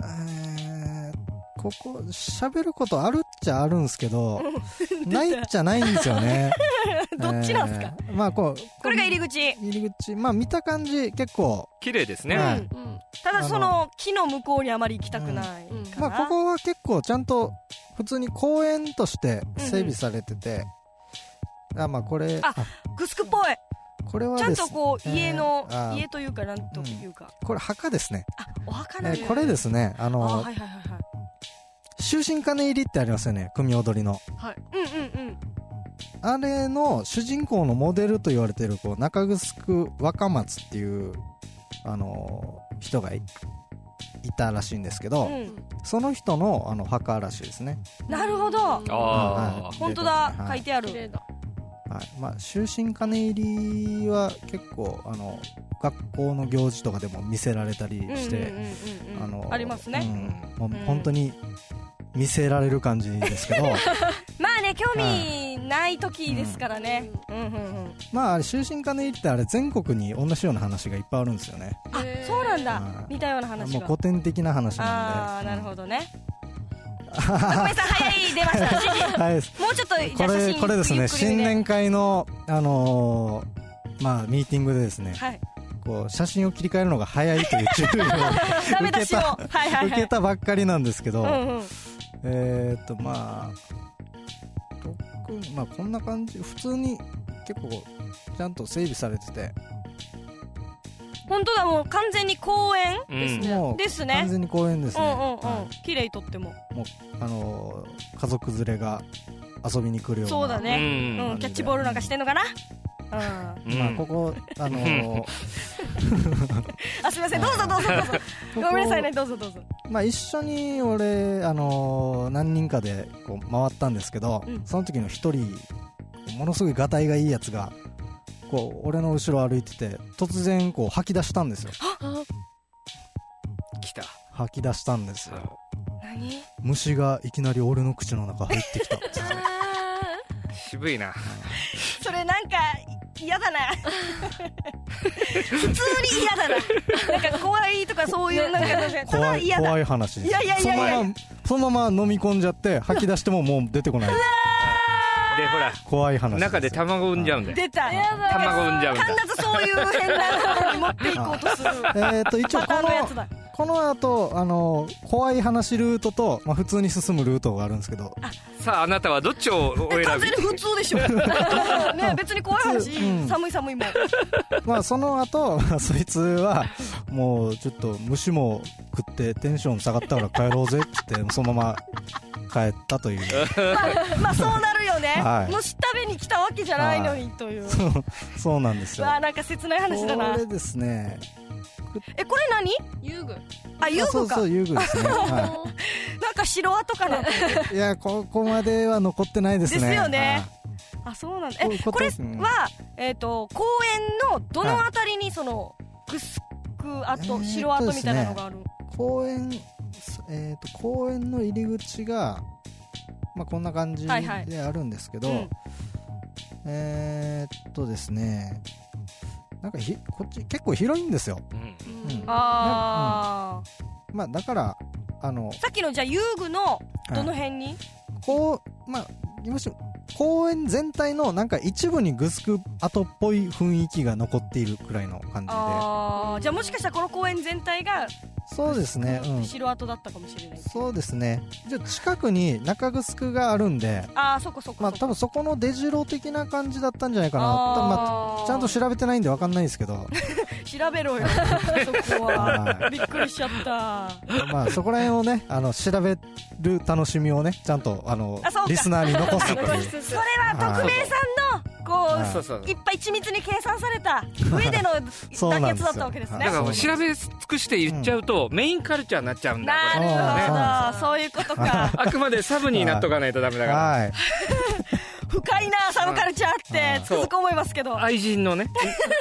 えーここ、喋ることあるっちゃあるんですけど、ないっちゃないんですよね。
どっちなんすか
えーまあ、こう、
これが入り口
入り口、まあ、見た感じ、結構、
綺麗です
は
ね
い
うん
ただその木の向こうにあまり行きたくない
うん
かな、
まあ、ここは結構ちゃんと普通に公園として整備されてて、あまあこれ
あグスクっぽい
これは
ちゃ
で
んと
す
こう家の、
えーあ
家というかなんというか、
これ墓ですね、
あお墓
え
なんだ、
ーこれですねあ
あ
の、
はいはいはいはい
終身金入りってありますよね組踊りの
うんうんうん
あれの主人公のモデルと言われてるこう中城若松っていうあのー人がいいたらしいんですけど、
うん
その人のあの墓らしいですね
なるほど
あ
はい
本当だ
はい
書いてある
綺麗だ。
はいまあ、終身金入りは結構あの学校の行事とかでも見せられたり
うんうんうん
し
う
て、
んうん
あの
ありますね、
うんも
うん
う本当に見せられる感じですけど
まあね興味ない時ですからね、うんうんうん
まああれ終身金入りってあれ全国に同じような話がいっぱいあるんですよね
あ
へー
そうなんだ
はい
似たような話
もう
が
古典的な話
あ
な
あ
んで
なるほどね
は
ごめんなさい早い出ました指示
どはい
もうちょっ とじゃ
こ
あ写
れ
真
これです
ゆ
ね
っくりで
新年会のあのーまあミーティングでですね
はい
こう写真を切り替えるのが早いという 注意を
ダメ出しをはいはい
受
はい
けたばっかりなんですけど、
うんうん
えーっとまあ特にまあこんな感じ普通に結構ちゃんと整備されてて、
本当だもう完全に公園
ーう
です
ん
ね
もう
ですね
完全に公園です
う
ね、
んうんうん
は
綺麗とっても
いあのー家族連れが遊びに来るような
そうだ
う
ねうんんキャッチボールなんかしてんのかなうん
うん
まあここあのー
あすいませんどうぞどうぞどうぞ
ここ
ごめんなさいねどうぞどうぞ
まあ一緒に俺あのー何人かでこう回ったんですけど、
うん
その時の一人ものすごいガタイがいいやつがこう俺の後ろ歩いてて突然こう吐き出したんですよ
来た
吐き出したんですよ
何
虫がいきなり俺の口の中入っ てきた
渋いな
それなんか嫌 だな普通に嫌だななんか怖いとかそういうなんかた
怖
だ
い
嫌だ
怖い話です
いやいやいやいや
そのままそのまま飲み込んじ ゃって吐き出してももう出てこない
でほら
怖い話です
中で卵産んじゃうんだよ
出た
卵産んじゃうんだ
必ずそういう変な方に持っていこうとする
えー、と一応
パ
こ
ターンのやつ
の
だ
この後あの怖い話ルートと、まあ、普通に進むルートがあるんですけ ど
さああなたはどっちをお選
完
び
全に普通 でしょね別に怖い話、
普通うん
寒い寒いもん
まあその後 そいつはもうちょっと虫も食ってテンション下がったから帰ろうぜって ってそのまま帰ったという
まあそうなるよね、
はい
虫食べに来たわけじゃないのにという、
そうそうなんです
う
よ
わあなんか切ない話だな
これですね
えこれ何
遊具。
あ遊
あそ
具
う
か
そう遊具 ですね、は
なんか城跡かな
い、いやここまでは残ってないですね
ですよねあそうなんだ
こうい
え
うこと
これ
うん
は、えっと公園のどのあたりにそのグスク
えーっと
跡
ですね
城跡みたいなのがある、
はい公園えー、と公園の入り口が、まあ、こんな感じ
はいはい
であるんですけど、
うん
えー、っとですねなんかひこっち結構広いんですよ
うん
うん
ああ、
まあだからあの
さっきのじゃあ遊具のどの
はい
辺に、
こうまあもし公園全体のなんか一部にグスク跡っぽい雰囲気が残っているくらいの感じ
ああじゃあもしかしたらこの公園全体が
でそうですね
こ
う
の
ん
城跡だったかもしれない、
そうですねじゃあ近くに中城があるんで
ああそこそこ
まあ
そ
多
こ
分そこの出城的な感じだったんじゃないかな
あ
た
ー
まあちゃんと調べてないんでわかんないですけ ど
調べろよそこは
は
びっくりしちゃった
まあそこら辺をねあの調べる楽しみをねちゃんとあの
あそうか
リスナーに残すっていう
残しつつ
特命さんのこ
は
そうそう
ういっぱい緻密に計算された上での
そう
妥
なんで
結
すよ
だったわけです
だ
ね
は
か
い
ら調べ尽くして言っちゃうと、メインカルチャーになっちゃうんだこれ
なるほどそういうことか
あくまでサブになっとかないとダメだから、
はい。
深いなサブカルチャーってつくづく思いますけど
愛人のね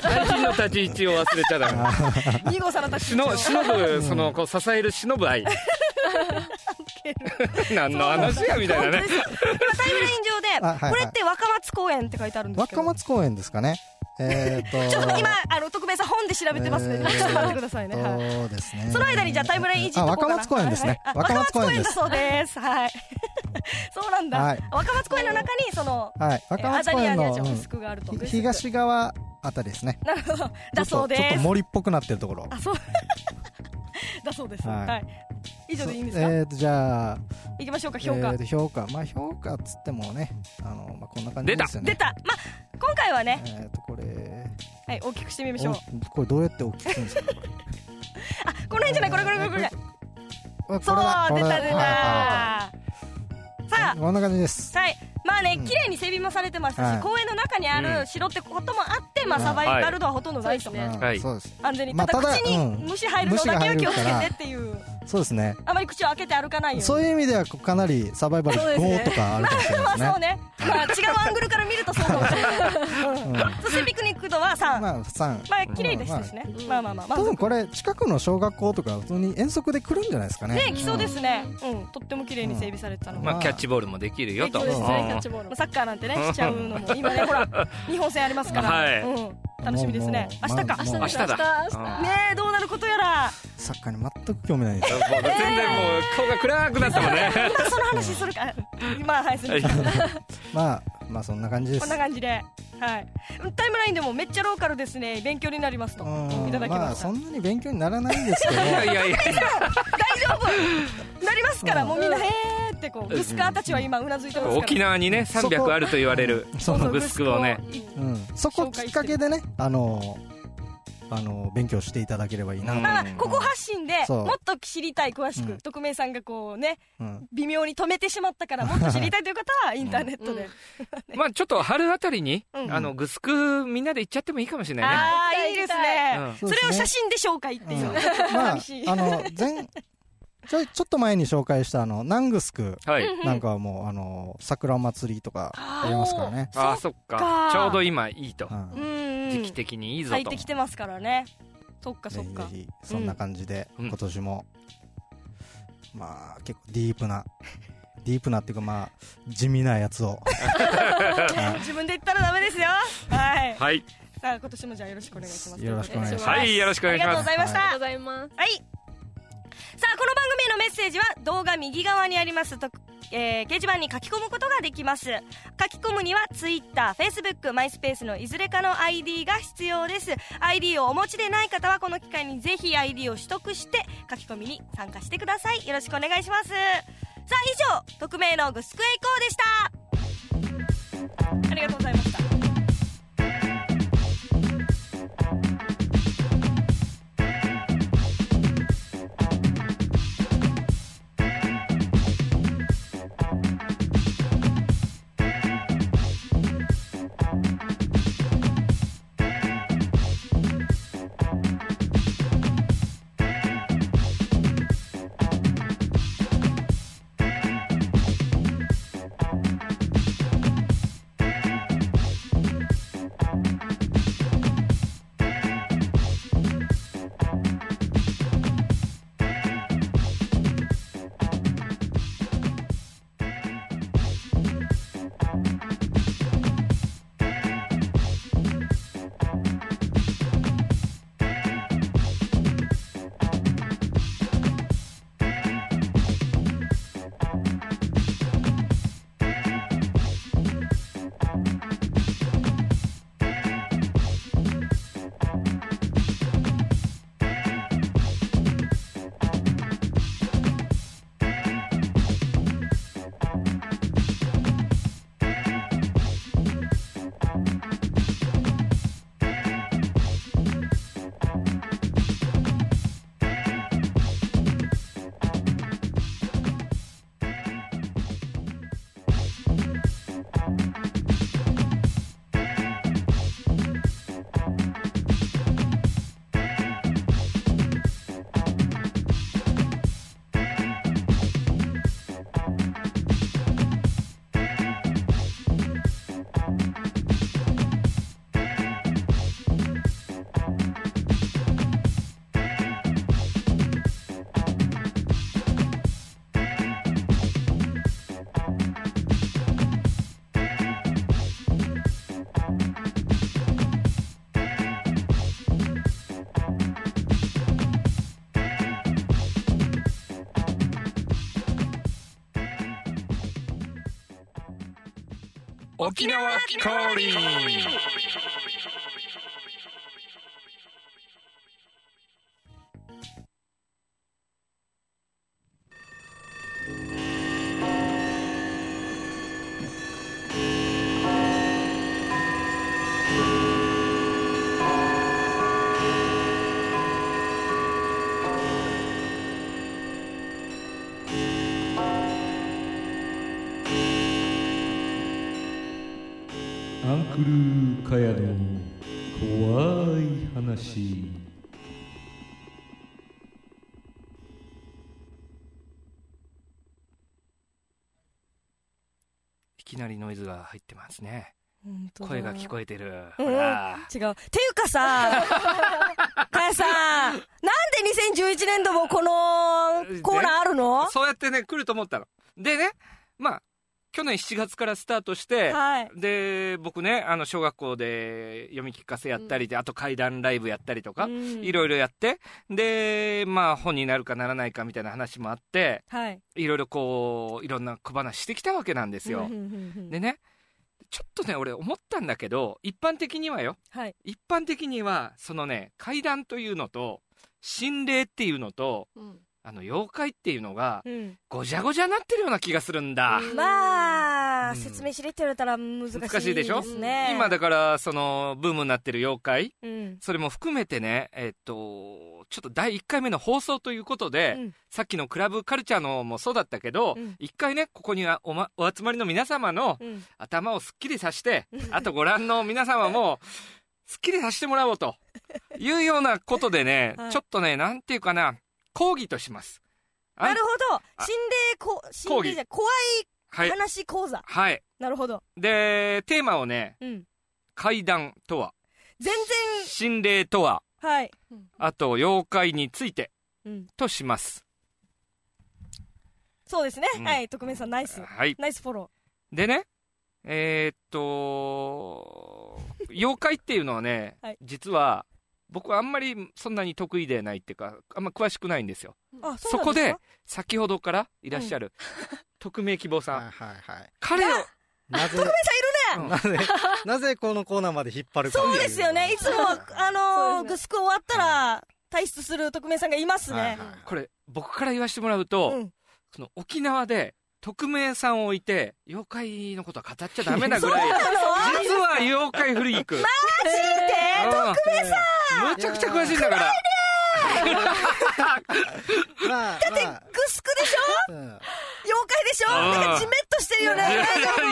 愛人の立ち位置を忘れちゃダメ
二号さんの立ち
し
位置
の
を
忍ぶそのこう支える忍ぶ愛何の話やみたいなね
今タイムライン上で、
あはいはい
これって若松公園って書いてあるんですけど
若松公園ですかね。えっと。
ちょっと今あの特命さん本で調べてますので、
えー
ちょっと待ってくださいね、はい
そうですね。
その間にじゃあタイムライン1
あ、若松公園ですね。
若
若
松
松
公
公
園
園で
だ
す。
そうですはい そうなんだ、
はい
若松公園の中にその、
はい。
え
若
ーア
松
ダ
公
リア
園
ニア
の
ジャ
う
オ
ん
スクがあると、
ひ東側あたりですね。
なるほどだ
ちょ
そ
っ
う
と
で
ちょっと
す
森っぽくなってるところ。
あそうだそうですは、
はいい
以上でいいんですか、
えっと、じゃあ、
行きましょうか評価、
えーと評価。まあ、評価っつってもね、あの、まあ、こんな感じ
出た
ですよね。
出たまあ今回はね、
えっと、これ、
はい、大きくしてみましょう
おこれどうやって大きくするん ですかこれ
あこの辺じゃないこれこれこれこれ
あ
そう出
これ
た
だこ
出
れ
た
だは
さあ
いこんな感じです。
はいまあね
うん
綺麗に整備もされてますし、
はい
公園の中にあ
うん
る城ってこともあって、まあ、
はい
サバイバル度はほとんどないと、
そうですね
はい
そうです。
安全に
ま
た
あ
だ
ただ
口に
うん
虫入るのだけは気をつけてっていう
そうですね。
あまり口を開けて歩かないように
そういう意味ではこうかなりサバイバル
そうですね
5とかあるかもしれな
ま
いで
あ
すね
そう。ね、まあ、違うアングルから見るとそうかもしれない、うんそしてピクニック度は3、まあ
まあ3。
綺麗でしたしね、まあまあまあ、まあ、
多分これ近くの小学校とか普通に遠足で来るんじゃないですかね。
ね来そうですね、うん、とっても綺麗に整備されてたのが、
まあキャッチボールもできるよとう
できる
そうですね
ん
キャッチボール
まあサッカーなんてねしちゃうのも今ねほら日本戦ありますから、
はい
うん、楽しみですね
も
明
うもう
日か
もう
明日
明
だ
日
うん
ねえどうなることやら
サッカーに全く興味な いです。
もう全然もう顔が暗くなったもんね
今その話するか今ははいす
は
る
い
か
まあまあそんな感じで
こん
す
な。感じではいタイムラインでもめっちゃローカルですね勉強になりますと
うん
いただき
ま
ま
あ
した、
そんなに勉強にならないんです けど
いやいやいや
大丈夫なりますから
うん
もうみんなへーってこうブスカーたちは今うなずいてますか ら
沖縄にね300あると言われる
そ
ブスクをね
うん、そこきっかけでねあのあの勉強していただければいいな、
まあまあここ発信で
そう
もっと知りたい詳し
う
く
ん
匿名さんがこうね
うん、
微妙に止めてしまったからもっと知りたいという方はインターネットで、
まあちょっと春あたりに、
うん
あのグスクみんなで行っちゃってもいいかもしれないね
ああいいですね、
うん
そ
そうれ
ですね
を写真で紹介っていう、
うんまあ
寂しい、
あの前ちょいちょっと前に紹介したあのナングスク
はい
なんかはもうあの桜祭りとかありますからね、
あーそっか
か
ちょうど今いいと
う、、
うんん
時期的にいいぞ
入っ
と
てきてますからねそっか
ぜ
そっ
ひぜ
か
ひそんな感じで、
うん
今年もまあ結構ディープなディープなっていうかまあ地味なやつを
自分で言ったらダメですよはい
はい
さあ今年もじゃあよろしくお願いします
よろしくお願いします
はいよろしくお
あ
願いしま
りがとうご
す
ざいました、
ありがとうございます
はい。さあ、この番組へのメッセージは動画右側にありますと、えー掲示板に書き込むことができます。書き込むには Twitter、Facebook、MySpace のいずれかの ID が必要です。ID をお持ちでない方はこの機会にぜひ ID を取得して書き込みに参加してください。よろしくお願いします。さあ、以上、匿名のグスクエイコーでした。ありがとうございました。
沖縄降臨
アンクルカヤの怖い話
いきなりノイズが入ってますね声が聞
え
こえてる
うん
ほら
違う。ていう かさ、かやさん、なんで2011年度もこのコーナーあるの
そうやってね来ると思ったのでねまあ去年7月からスタートして、
はい。
で僕ねあの小学校で読み聞かせやったりで、あと怪談ライブやったりとか、
うん
いろいろやってでまあ本になるかならないかみたいな話もあって
はい。
いろいろこういろんな小話してきたわけなんですよ
うんう。んうんうん
でねちょっとね俺思ったんだけど一般的にはよ
はい。
一般的にはそのね怪談というのと心霊っていうのとあの妖怪っていうのが
うん
ごじゃごじゃなってるような気がするんだ。
ま
う
あ、
ん
説明しれって言われたら難しい。
難しいでしょ
すね。
今だからそのブームになってる妖怪
うん。
それも含めてね、えっと、ちょっと第1回目の放送ということで、
うん
さっきのクラブカルチャーのもそうだったけど、
うん
一回ね、ここにはお,、ま、お集まりの皆様の
うん。
頭をすっきりさせて、あとご覧の皆様も、すっきりさせてもらおうというようなことでね、
はい
ちょっとね、なんていうかな、抗議とします。あん
なるほど。心霊こ、心霊じゃ、怖
はいい。
話講座。
はい。
なるほど。
で、テーマをね、
うん。
怪談とは、
全然、
心霊とは、
はい。
あと妖怪について
うん。
とします。
そうですね。
うん
はい。徳明さん、ナイス。
はい。
ナイスフォロ
でね、えーっと、妖怪っていうのはね、
はい
実は、僕はあんまりそんなに得意でないっていうか、あんま詳しくないんですよ。
ー。あ、
そ
そうな
こ
んです
で
か、
先ほどからいらっしゃる、匿名希望さん。
はいはいはい
彼を、
なぜ、
んい
なぜ、なぜこのコーナーまで引っ張るかってい
そうですよね。いつも、あのー、グスク終わったら、退出する匿名さんがいます
はい
ね。
はい
これ、僕から言わせてもらうと、
うん
その沖縄で、匿名さんを置いて、妖怪のことは語っちゃダメなぐ らい、
あのー
実は妖怪フリーク。 マジで匿名さんむちゃくちゃ詳しいんだから。
まあ、だって、まあ
グスクでしょ
うん
妖怪でしょ
あー
なんかジメッとしてるよね。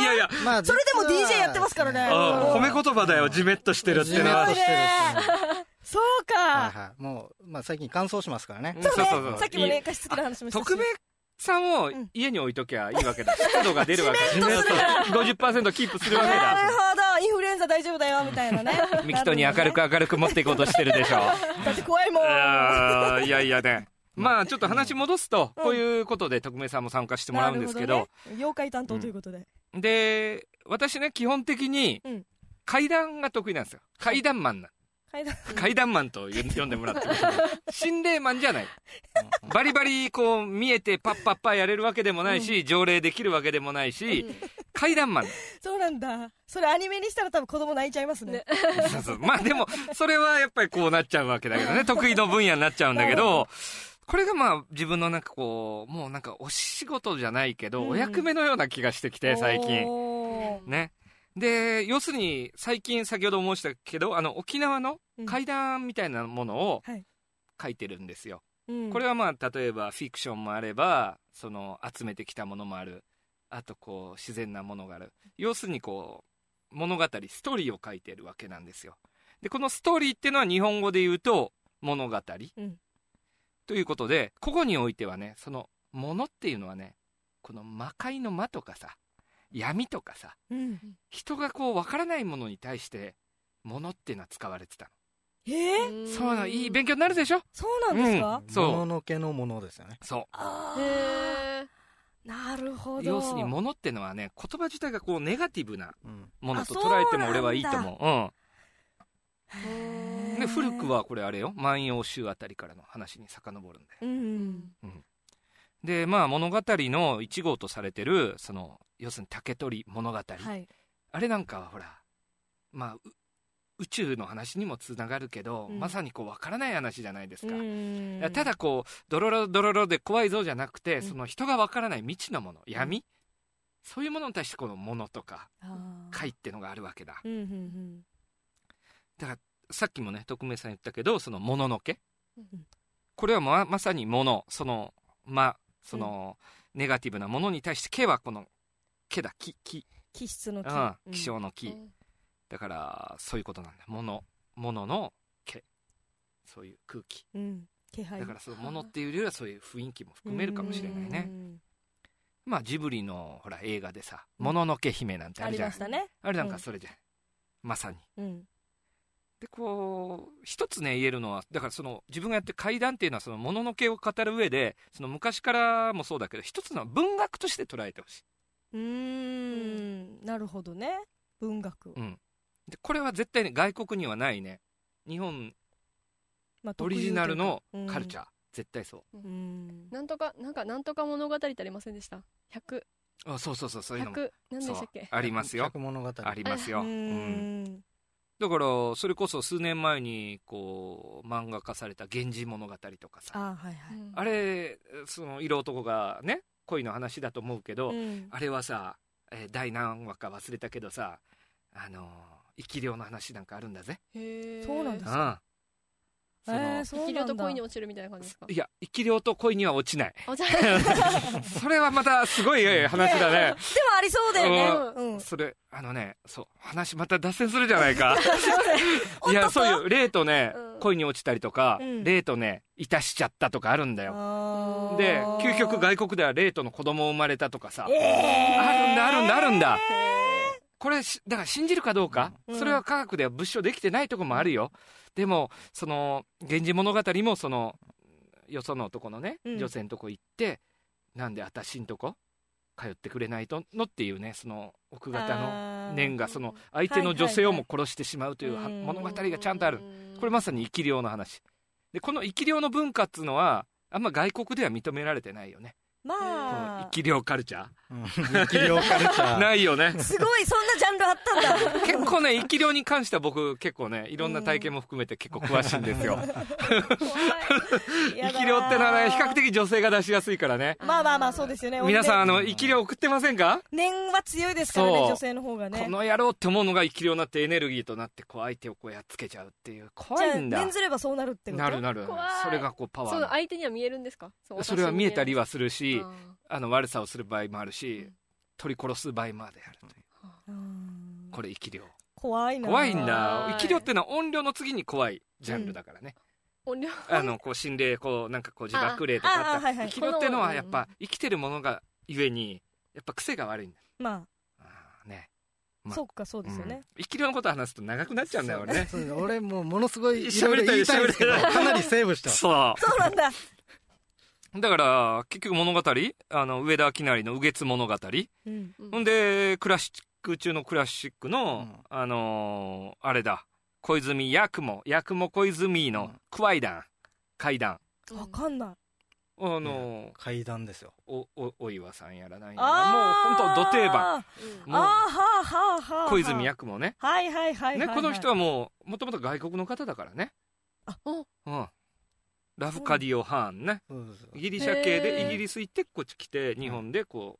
いやいや、
まあ、
それでも
実は
DJ やってますからね
あー褒め言葉だよ、じめっとしてるって
ジ
の
メ
は
ッ。としてるっすね
そう
はい
か。
はい。もう、まあ最近乾燥しますからね。
そうそうそう
さっきもね、加湿器の話も
い
したし。
特命さんを家に置いときゃいいわけだ。湿度が出る わけだ。50%キープするわけ
なる
だ。
ほど。インフルエンザ大丈夫だよ、みたいなね。
ミキトに明るく
な
明るく持っていこうとしてるでしょ。
るほどね。だって怖いもん。
あーいやいやね。まあちょっと話戻すと、こういうことで特命さんも参加してもらうんですけ
な
ど
る、ほね妖怪担当ということで。
で、私ね、基本的に
うん
階段が得意なんですよ。階段マンな。
階段
怪談マンと呼ん呼んでもらってます心霊マンじゃないバリバリこう見えてパッパッパやれるわけでもないし、条例できるわけでもないし、怪談マン
そうなんだ。それアニメにしたら多分子供泣いちゃいますね。
そうそうまあでもそれはやっぱりこうなっちゃうわけだけどね得意の分野になっちゃうんだけどこれがまあ自分のなんかこうもうなんかお仕事じゃないけど、
うん
お役目のような気がしてきて最近
おー。
ねで要するに最近先ほど申したけどあの沖縄の怪談みたいなものを
はい
書いてるんですよ、
うん
これはまあ例えばフィクションもあればその集めてきたものもあるあとこう自然なものがある要するにこう物語ストーリーを書いてるわけなんですよでこのストーリーっていうのは日本語で言うと物語、
うん
ということでここにおいてはねその物っていうのはねこの魔界の魔とかさ闇とかさ
うん
人がこうわからないものに対して物っていうのは使われてた
えー
のそうなのいい勉強になるでしょ
そうなんですか
うんそう
もののけのものですよね。
そう
あー
へ
なるほど。
要するに物ってのはね言葉自体がこうネガティブな
うん。
ものと
あそうな
捉
ん
え
だ
ても俺はいいと思う、うん、
へ
で
ー
古くはこれあれよ「万葉集」あたりからの話に遡るんだよ
うん。で
でまあ物語の一号とされてるその要するに竹取物語、
はい。
あれなんかはほらまあう宇宙の話にもつながるけど、
うん
まさにこう分からない話じゃないですか、
うん
ただこうドロロドロロで怖いぞじゃなくて、
ん
その人が分からない未知のもの闇、そういうものに対してこのものとか
あー
解ってのがあるわけだ
うんうんうん
さっきもね徳明さん言ったけどそのもののけ、
ん
これはままさにものそのまその、ネガティブなものに対してけはこのけだきき
気質の気
うん、気象の
う
木、
ん
だからそういうことなんだものものの毛そういう空気
うんうん気配
だからそのものっていうよりはそういう雰囲気も含めるかもしれないね
うん
まあジブリのほら映画でさ「もののけ姫」なんてあ
あ
る
り
じゃ
ま
ん
したね
あれなん
う
か
ん
それじゃんまさに
うん
でこう一つね言えるのはだからその自分がやってる怪談っていうのはそのもののけを語る上でその昔からもそうだけど一つのは文学として捉えてほしい、
うーんなるほどね文学
うん、でこれは絶対に外国にはないね日本
まあ
オ
特有
リジナルの
というか
カルチャー、絶対そう
うんうん
なんとかなんかなんとか物語ってありませんでした100
あそうそうそうそういうのも
100何でしたっ
そう
け
ありますよ
百物語。
ありますよ、
う
うん
ん
だからそれこそ数年前にこう漫画化された「源氏物語」とかさあ
あーはいはい
うん
れその色男がね恋の話だと思うけど、
うん
あれはさ、えー第何話か忘れたけどさあのー生き量の話なんかあるんだぜ
へー
そうなん
う
で
ん
す
その
えーそう
生
なんだ
き量と恋に落ちるみたいな感じですか
いや生き量と恋には落ちない
あじゃ
それはまたすごいえー話だね
でもありそうだよねうん
それあのねそう話また脱線するじゃないかいや
本当
そういう例とね、
うん
恋に落ちたりとか、
うん
例とねいたしちゃったとかあるんだよ
あー
で究極外国では例との子供生まれたとかさ、
えー
あるんだあるんだあるんだこれしだから信じるかどうか、
うん
それは科学では物証できてないとこもあるよでもその「源氏物語」もそのよそのとこのね、
うん
女性のとこ行ってなんで私んとこ通ってくれないとのっていうねその奥方の
あー
念がその相手の女性をも殺してしまうという
はい
は
はいはい
物語がちゃんとある
うん
これまさに生き量の話でこの生き量の文化っつうのはあんま外国では認められてないよねこの
ま
生き量カルチャ
うん。 力量カルチャ
ー
ー。
ないよね
あすごいそんなジャンルあったんだ
結構ね生き量に関しては僕結構ねいろんな体験も含めて結構詳しいんですよ生き量ってのはね比較的女性が出しやすいからね
まあまあまあそうですよね
皆さんあ
ん
の生き量送ってませんか
念は強いですからね
そう
女性の方がね
この野郎って思うのが生き量になってエネルギーとなってこう相手をこうやっつけちゃうっていう怖いん
じゃあ
だ
念ずればそうなるってこと
なるなる
怖い
それがこうパワ
そ
ー
の
の
相手には見えるんですかう
それは見えたり
は
はするし、
あ
あの悪さをする場合もあるし、
うん
取り殺す場合もあるという
うん
これ生き量
怖いな
怖いんだ
怖い
生き量ってのは音量の次に怖いジャンルだからね、
ー音量
あのこう心霊こうなんかこう自爆霊とかあ
あ
った
あはいは
生
い
き量ってのはやっぱ生きてるものがゆえにやっぱ癖が悪いんだ
ま
あーね
あ
まあ
そっかそうですよね
うん生き量のこと話すと長くなっちゃうんだよ俺ね
そう俺もうものすごい喋りたいんですけど
喋りたい
かなりセーブした
そ
そうなんだ
うだから結局物語あの上田明成の「右月物語」
うん
うん
ほんで、クラシック中のクラシックの、
うん
あのーあれだ、小泉八雲、八雲小泉
う
の
ん
クワイダン、怪談。
わかんない
あのー
階段ですよ
お、お、お岩さんやらないや
あ
ら、もう本当ど定番。
あー
もう
あーはあはあはあ
小泉八雲ね。
はいはいはいは
ね、
い
この人
は
はもう、もともと外国の方だからね。
あ
お
うん。ラフカディオ・ハーンね。
そうですよ
ギリシャ系
へ
で
ー
イギリス行ってこっち来て日本でこ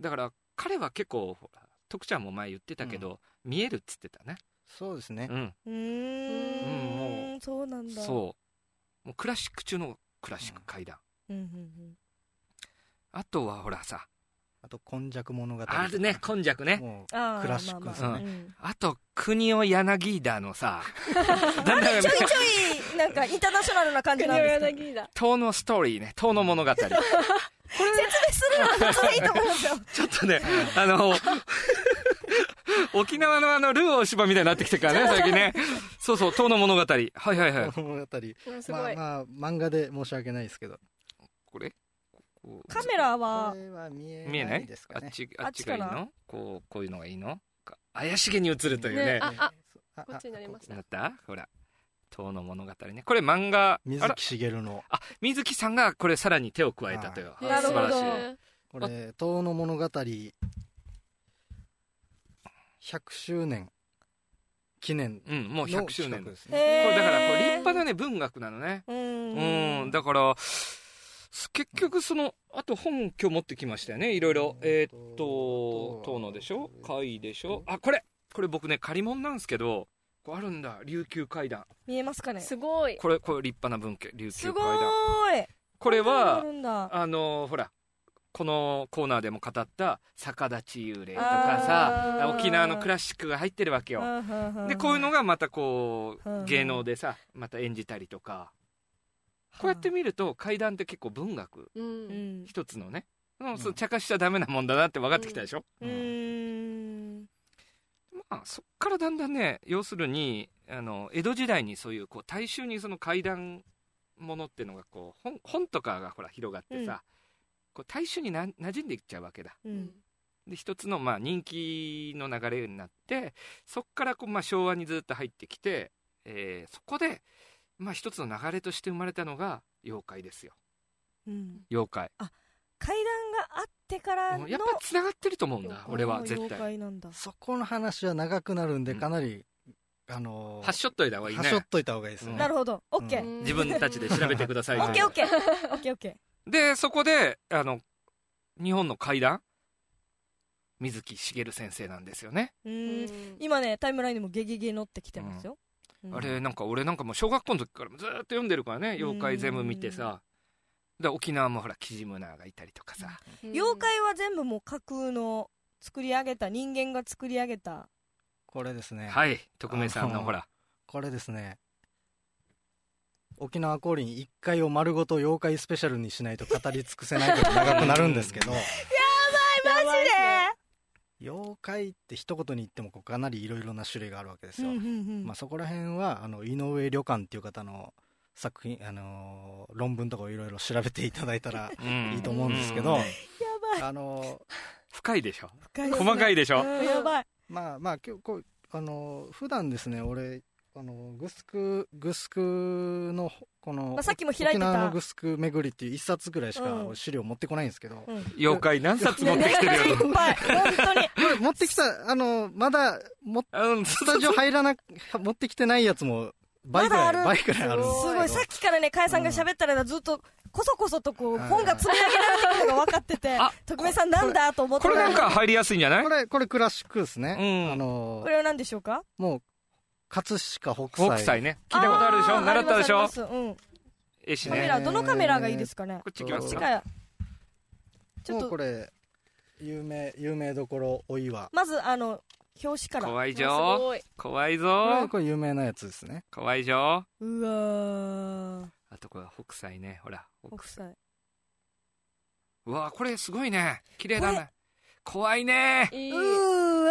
うだから彼は結構ほら徳ちゃんも前言ってたけど、見えるっつってたね
そうですね
うん
うーん
も
そうなんだ
そうもうクラシック中のクラシック怪談、
うんうん
あとはほらさ
あと今昔物語
あるね今昔ね
も
うんあー
クラシックです
ね
まあまあうん
あと国を柳田の さだんだん
ちょいちょいなんかインターナショナルな感じ
国
なん
を
ですか
柳だ
遠のストーリーね遠の物語ち
説明するの普通でいいと思うんです
ょ
よ
っとねあ の沖縄のあのルー大芝みたいになってきてるからね最近ねそうそう遠の物語はいはいはいう
物語
うんすごい、
まあまあ漫画で申し訳ないですけど
これこう
カメラは
これは見え
見えな
ないいです
あ
か
っ
ね
ち
あ
あ
っ
っ
ち
ちが
か
いい
な
のこうこういうのがいいのか怪しげに映るというね
ねああ
あ
こっちになりました
なったほら遠の物語ねこれ漫画あ
水
ら
木しげるの
あ水木さんがこれさらに手を加えたという
は
なるほど
素晴らしい
これ「遠の物語」 100周年記念
うん、もう
の
100周年
企画
で。
ですす
へ
ね。
こ
え
れだから、これ立派なね、文学なのね。
う
うんん、だから、す結局その、あと本今日持ってきましたよね、いろいろ。えーっと、遠野でしょ貝でしょあ、これこれ僕ね、借り物なんですけど、これあるんだ、琉球怪談。
見えますかねす
すごい
これ、これ立派な文献、琉球
ご
怪談。
ーい
これ
あ
は
る、んだ
あのーほら、このコーナーでも語った逆立ち幽霊とかさ
あ、ー
沖縄のクラシックが入ってるわけよ。で、こういうのがまたこ
うんう
う、
ん
芸能でさ、また演じたりとか。こうやって見ると、怪談って結構文学
う
うんん
一つのね、うん、そう茶化しちゃダメなもんだなって分かってきたでしょ、
うーん
まあそっからだんだんね要するにあの江戸時代にそういうこう大衆にその怪談ものっていうのがこう本本とかがほら広がってさ、
うん
こう大衆にな馴染んでいっちゃうわけだ
うん
で一つのまあ人気の流れになってそっからこうまあ昭和にずっと入ってきて、えーそこでまあ一つの流れとして生まれたのが妖怪ですよ
うん
妖怪
階段があってから
う
の
んやっぱつながってると思うんだ俺は絶
妖
対
怪なんだ
そこの話は長くなるんで、
うん
かなり、あのー
はっしょっといた方がいいね
はしょっといた方がいいです
うん
ね。
なるほどオッケ
う
ー
自分たちで調べてください
オッケーオ
ね
ッケーオッケーオッケ
でそこであの日本の怪談水木しげる先生なんですよね、
ーうん今ねタイムラインにもゲゲゲ乗ってきてますようん
あれなんか俺なんかもう小学校の時からずーっと読んでるからね妖怪全部見てさで沖縄もほらキジムナーがいたりとかさ
妖怪は全部もう架空の作り上げた人間が作り上げた
これですね。
はい特命さん
あ
の
の
ほら
これですね。沖縄降臨1回を丸ごと妖怪スペシャルにしないと語り尽くせないから長くなるんですけど、
マジ
妖怪って一言に言ってもこうかなりいろいろな種類があるわけですよ。
で
まあ、そこら辺はあの井上旅館っていう方の作品、あのー論文とかをいろいろ調べていただい たらいいと思うんですけど、
うん
やばい
あの
深いでしょ
深いですね
細かいでしょ、
うんやばい
ーまあまあ今日こう、あのー普段ですね俺あのーグスクグスクのこの、
まあさっきも開いてた
沖縄のグスク巡りっていう一冊ぐらいしか
うん
資料持ってこないんですけど、
うん
妖怪何冊持ってきてるよ
いっぱい本当 に
これ持ってきたあのーまだも
うん
スタジオ入らな持ってきてないやつも倍ぐ
ま
らい、
だある
倍ぐらいあるんですけど
すごいさっきからね加谷さんが喋ったらずっとこそこそとこう
はい
本が積み上げられてるのが分かってて
あ
徳明さんなんだと思って
これなんか入りやすいんじゃない
これこれクラシックですね、
うん
あのー
これは何でしょうか
もう、葛飾北斎。
北斎ね聞いたことあるでしょ
ー
習ったでし
あり
ょ
ますありますうん
絵師
カメ
ね
ラどのカメラがいいですかね
こっち行きます
こ
近
っ
か
いちょっ
もうことれ、有名、有名どころ、お岩。
まずあの表紙から
怖いじ
す
ょ
ごい
怖い
これ
ぞ
これ有名なやつですね。
怖いじょ
うわー
あとこれは北斎ねほら北
北斎
うわこれすごいね綺麗だね怖いね
いいう
ー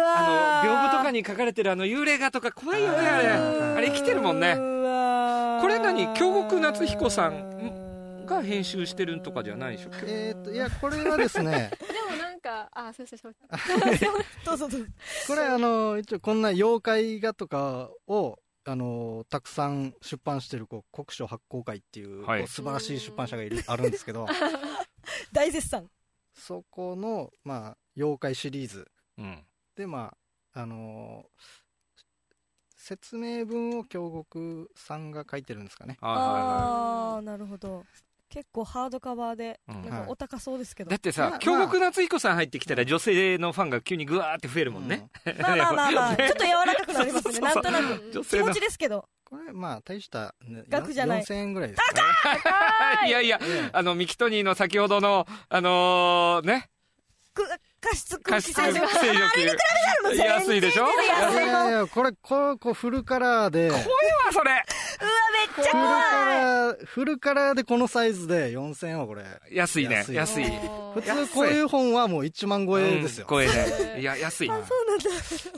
あ
わー
の屏風とかに書かれてるあの幽霊画とか怖いよねあれ
う
あ
ん
れ来てるもんねこ
こ
れ何京極夏彦さんが編集してるとかじゃないでしょ
えっ、と、いや、これはです ね、
でもなんかあそうそうそう
どうぞどうぞ
これ、あのー、一応こんな妖怪画とかを、あのーたくさん出版してるこう国書発行会っていう,、
はい
こう素晴らしい出版社がいるあるんです けど
大絶賛
そこの、まあ、妖怪シリーズ
うん
でまああのー説明文を京極さんが書いてるんですかね
あ
ああなるほど結構ハードカバーで
ーはいはい、うん
なんかお高そうですけど
だって
まあま
さ
あ
京極夏彦さん入ってきたら女性のファンが急にグワーって増えるもんね、
まあまあまあま あちょっと柔らかくなりますね
そう
な
そう
ん
そ
と
う
なく
女
気
性の
持ちですけど
これまあ大した、ね、
額じゃない
4000円ぐらいですかね
いやいやあのミキトニーの先ほどのあのー、ね
く加湿空
加
気
湿
清
清
浄
浄機安いでしょ
安い
いやいやいやこれこうこうフルカラーでフル
あそれ
うわめっちゃ
カ
怖い
ラーフルカラーでこのサイズで4000円はこれ
安いね安
安
い
い
お
普
ー
通こういう本はもう1万超えですよ、
うん超え ねいや安い
そうなんだ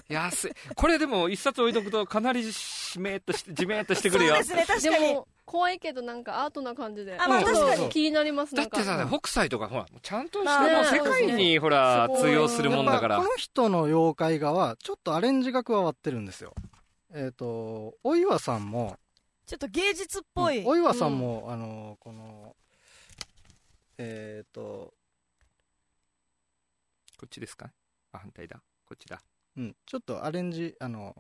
安いこれでも一冊置いとくとかなりしめっとしてじめっとしてくるよ
そうですね確
で
かに
も怖いけどなんかアートな感じで
あまあ
ちょっと
確かに
気になります
だ
な
っ
んか
てさ北斎とかほらちゃんとし
まあ
てもう
ね
世界にほら
そうそう
通用するもんだか
や
ら
っぱこの人の妖怪画はちょっとアレンジが加わってるんですよえっ、とお岩さんも
ちょっと芸術っぽい
お岩さんも、あのこのえっ、と
こっちですかあ反対だこっちだ
うん、ちょっとアレンジ、あの、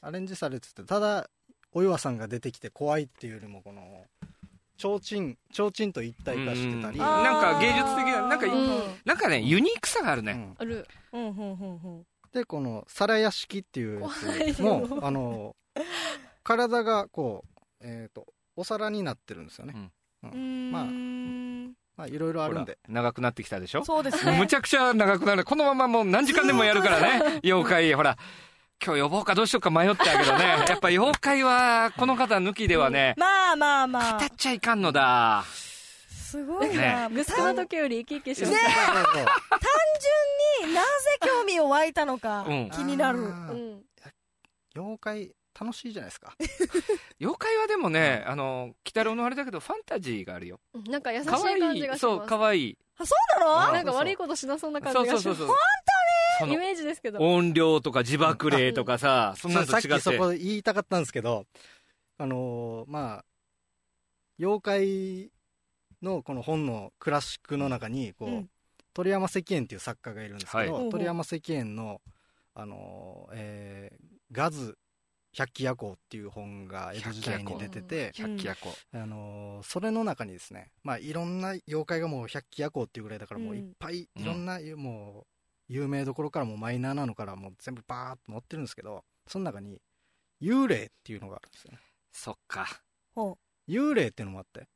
アレンジされてて、ただ、お岩さんが出てきて怖いっていうよりも、この、提灯、提灯と一体化してたり、
うんなんか芸術的ななんか
う
い
ん
なんかねユニークさがある
う
ね、
ん
ある
うんうんうんうん
で、この、皿屋敷っていうやつ
怖い
も、あの、体がこう、えっ、と、お皿になってるんですよね。
うん
まあ
うん
まあ、いろいろあ
ほ
る
ら
んで。
長くなってきたでしょ
そうです
もう
ね
むちゃくちゃ長くなるこのままもう何時間でもやるからね妖怪ほら今日呼ぼうかどうしようか迷ったけどねやっぱ妖怪はこの方抜きではね
まあまあま
語っ
あ
ちゃいかんのだ
すごい
ね
な
グスクの時より生き生きします
そうそうそう
になぜ興味を湧いたのか
うん
気になる
あ
う
ー
ん
妖怪、楽しいじゃないですか。
妖怪はでもねあの鬼太郎のあれだけどファンタジーがあるよ
なんか優しい
可愛
感じ
い
がし
そう
ます
可愛い
あそうなの
なんか悪いことしなそうな感
そう
じ
そ
が
う
し
そう
ます
そうそ
イ
の
メージですけど
音量とか自爆霊とかさそんなのと
さっ
違
き
っ
そ
て
こ言いたかったんですけど、あのーまあ、妖怪のこの本のクラシックの中に、こう、
うん
鳥山石燕っていう作家がいるんですけど、
はい
鳥山石燕の、あのーえーガズ百鬼夜行っていう本が江戸時代に出てて、
百鬼夜行
あのーそれの中にですね、まあ、いろんな妖怪がもう百鬼夜行っていうぐらいだから、もういっぱい、
うん
いろんな、もう、有名どころからもうマイナーなのからもう全部バーっと載ってるんですけど、その中に、幽霊っていうのがあるんですよね。
そっか
ほ
幽霊っていうのもあって、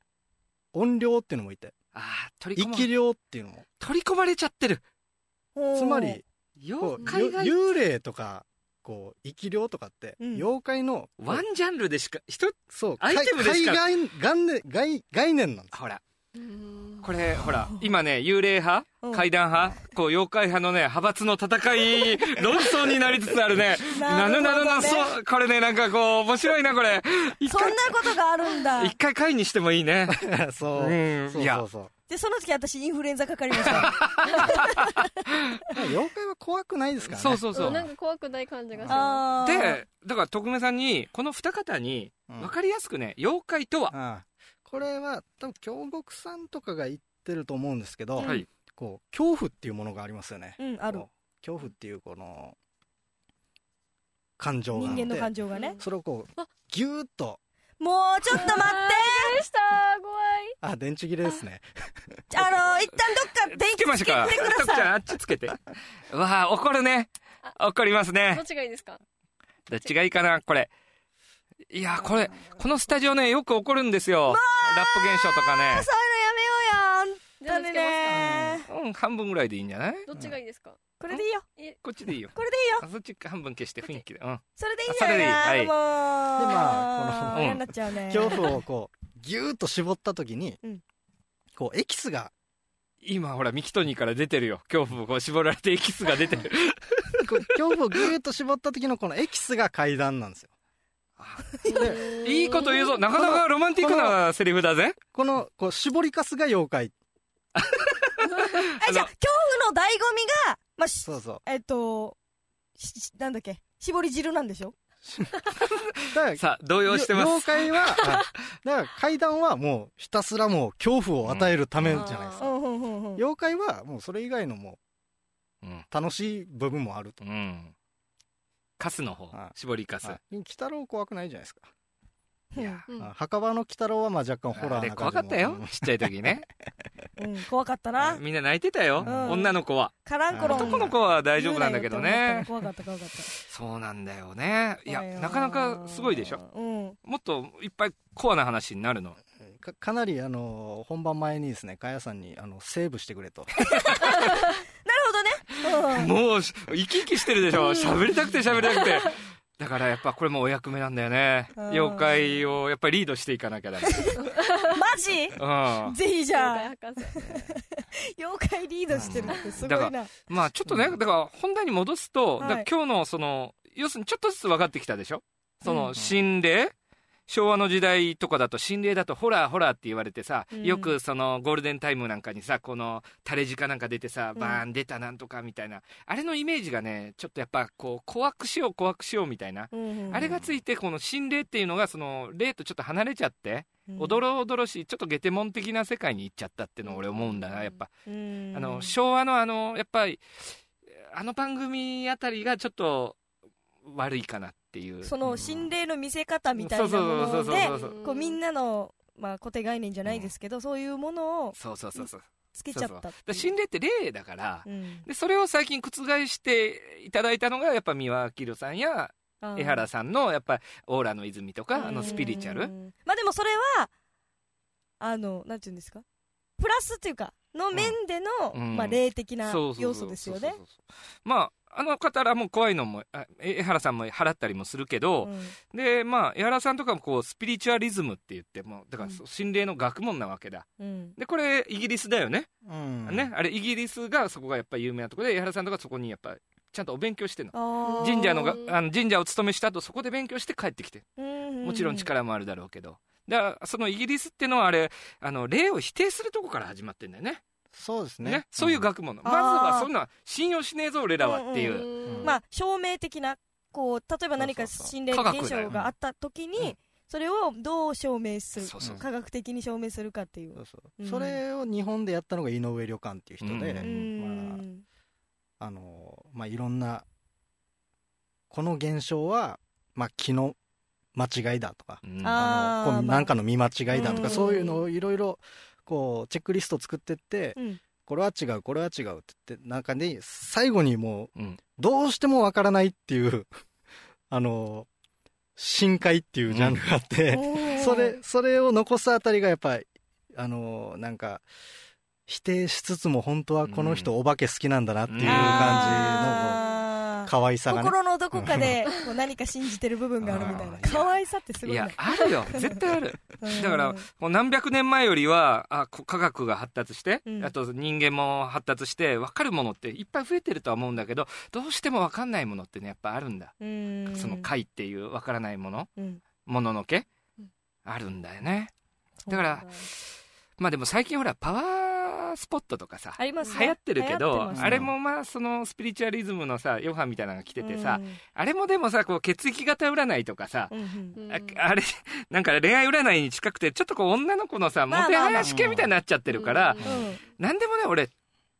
音量っていうのもいて、
あー取り込
生
ま
き量っていうのも。
取り込まれちゃってる
うほう
つまり、こ
妖
う、
怪
ゆ
が
幽霊とか、こう、生き量とかって、
うん
妖怪の、こう
ワンジャンルでしか人
そう、
アイテムでしか
海外概念概概念なんです。
ほら
うん
これほら今ね幽霊派
うん
怪談派こう妖怪派のね派閥の戦い論争になりつつあるね
な
な
るほ
ぬ
どね
なぬなそうこれねなんかこう面白いなこれ一
そんな
回
ことがあるんだ
一回会にしてもいいね
そうう。
ん
そう
い
そ
や
うそう。
でその時私インフルエンザかかりま した
まあ妖怪は怖くないですからね。
そうそうそう
なんか怖くない感じがしま
あー
でだから徳目さんにこの二方に
うん
分かりやすくね妖怪とは
ああこれは多分京極さんとかが言ってると思うんですけど、
はい
こう恐怖っていうものがありますよね、
うんある
こう恐怖っていうこの感情が
人
あっ
間
て
の感情がね
それをこうギューッと
もうちょっ と待って
すでした怖い
あ電池切れですね
あの一旦どっか電
つ
気
けま
つ
し
け
たか
てくだ
徳ちゃん
さ
あっちつけてわあ怒るね怒りますね
どっちがいいですか
どっちがいいかなこれ。いや、これ、このスタジオね、よく起こるんですよ。ラップ現象とかね
い。そういうのやめようよ
じゃあ
だ
つ
ね
けま
ね
うん、半分ぐらいでいいんじゃない
どっちがいいですか
これでいいよ
こっちでいいよ。
これでいいよ
あそっち半分消して雰囲気で。うん。
それでいいんじゃないか
あそれでいい
で
な
まあ
こ
もう
の
嫌になっちゃうね
恐怖をこうギューッと絞った時に、
うん
こうエキスが
今、ほら、ミキトニーから出てるよ。恐怖をこう絞られてエキスが出 てる。
こう恐怖をギューッと絞った時のこのエキスが階段なんですよ
いいこと言うぞ。なかなかロマンティックなセリフだぜ。
このこう絞りかすが妖怪
あじゃあ恐怖の醍醐味がまあし
そうそう
えっとししなんだっけ絞り汁なんでしょ
だから
さあ、動揺してま
妖
す。
怪は、 はいだから階段はもうひたすらもう恐怖を与えるためじゃないです
う
か。
んうんうんうん
妖怪はもうそれ以外のも
うん。
う楽しい部分もあると。
うん。カスの方
は。い
絞りカス。
はい鬼太郎怖くないじゃないですか。
うん
うん
あ墓場の鬼太郎はまあ若干ホ
あ
ラー
れ
な
怖
感
か
じも
ったよ。ちっちゃい時 ね。
うん怖かったな
みんな泣いてたよ。
ん
女の子は。
カランコロン
男の子は大丈夫なんだけどね。
怖かった怖かった
そうなんだよね。いや
怖い、わ
なかなかすごいでしょ。
うん
もっといっぱいコアな話になるの。
かかなりあの本番前にですね、かやさんにあのセーブしてくれ と。
なるほどねうん
もう、し生き生きしてるでしょ。喋りたくて喋りたくて。だからやっぱこれもお役目なんだよね。
うん
妖怪をやっぱりリードしていかなきゃだ
マジ
うん。
ぜひじゃあ
妖怪博士
妖怪リードしてるってすご
だ
い
か
な
まあちょっとね、だから本題に戻すと、
は
だ
い
から今日のその、要するにちょっとずつ分かってきたでしょ。そうの、心霊昭和の時代とかだと心霊だとホラーホラーって言われてさ、
うん
よくそのゴールデンタイムなんかにさこの垂れ鹿なんか出てさ
うん
バーン出たなんとかみたいな、あれのイメージがねちょっとやっぱこう怖くしよう怖くしようみたいな、
うんうん
あれがついてこの心霊っていうのがその霊とちょっと離れちゃって、おどろおどろしいちょっとゲテモン的な世界に行っちゃったっていうのを俺思うんだなやっぱ、
うん
あの昭和のあのやっぱりあの番組あたりがちょっと悪いかなっていう。
その心霊の見せ方みたいなもので
そうそう
こうみんなの、まあ、固定概念じゃないですけど、そういうものを
そうそうそうそう。
つけちゃったっていう
で心霊って例だから、
うん
で、それを最近覆していただいたのが、やっぱ三輪明宏さんや、
あー
江原さんの、やっぱ、オーラの泉とか、あの、スピリチュア
う
ル。
んまあでもそれはあのなんていうんですかプラスっていうかの面での、
うん
まあ、霊的な
そうそうそう
要素ですよ
そう
ね
そうそうそうまあ、あの方らも怖いのも、あ江原さんも払ったりもするけど、
うん
で、まあ、江原さんとかもこう、スピリチュアリズムって言っても、だから、
うん
心霊の学問なわけだ。
うん
で、これ、イギリスだよね。
うん
ね、あれ、イギリスがそこがやっぱ有名なとこで、江原さんとかそこにやっぱ、ちゃんとお勉強してんの。
あー
神社のが、あの神社を務めした後、そこで勉強して帰ってきて。もちろん、
う
力もあるだろうけど。だから、そのイギリスってのはあれ、あの、霊を否定するとこから始まってんだよね。
そうです
ね。
ね
そういう学問の。
あ
ま
ー
ずは、そんな、信用しねえぞ、俺らはっていう。
う
うん
ん
まあ証明的なこう例えば何か
そうそうそう
心霊
科学
現
だよ
象があった時に、
うん
それをどう証明する
そうそう
科学的に証明するかっていう
そうそう
うん
それを日本でやったのが井上旅館っていう人で、
う
うん、
まああのまあ、いろんなこの現象は、まあ、気の間違いだとか
うん
あー
あのこう
まあ
なんかの見間違いだと
うん
かそういうのをいろいろこうチェックリスト作ってって
うん
これは違うこれは違うって言って中で最後にもう
うん
どうしてもわからないっていう あの深海っていうジャンルがあって、
おー
それ、それを残すあたりがやっぱり、あのーなんか、否定しつつも本当はこの人お化け好きなんだなってい
う
う
ん
あ
感じの
ー
可愛さがね。
心のどこかでこう何か信じてる部分があるみたいな可愛さってす
い
ごい
や
ね、
ある よ。絶対ある。
うん
だから、もう何百年前よりは、あ、こ科学が発達して、
うん
あと人間も発達して、分かるものっていっぱい増えてるとは思うんだけど、どうしても分かんないものってね、やっぱあるんだ。
うん
その貝っていう分からないもの、
うん
もののけ、あるんだよね。だから
そうなんだ
まあでも最近ほら、パワースポットとかさ、
ありますね
流行ってるけ
流行っ
ど、
てますね
あれもまあそのスピリチュアリズムのさ、ヨハみたいなのが来ててさ、
うん
あれもでもさ、こう血液型占いとかさ、
うんうん
ああれ、なんか恋愛占いに近くて、ちょっとこう女の子のさ、も
まあ
てはやし系みたいになっちゃってるから、
うん
なんでもね、俺、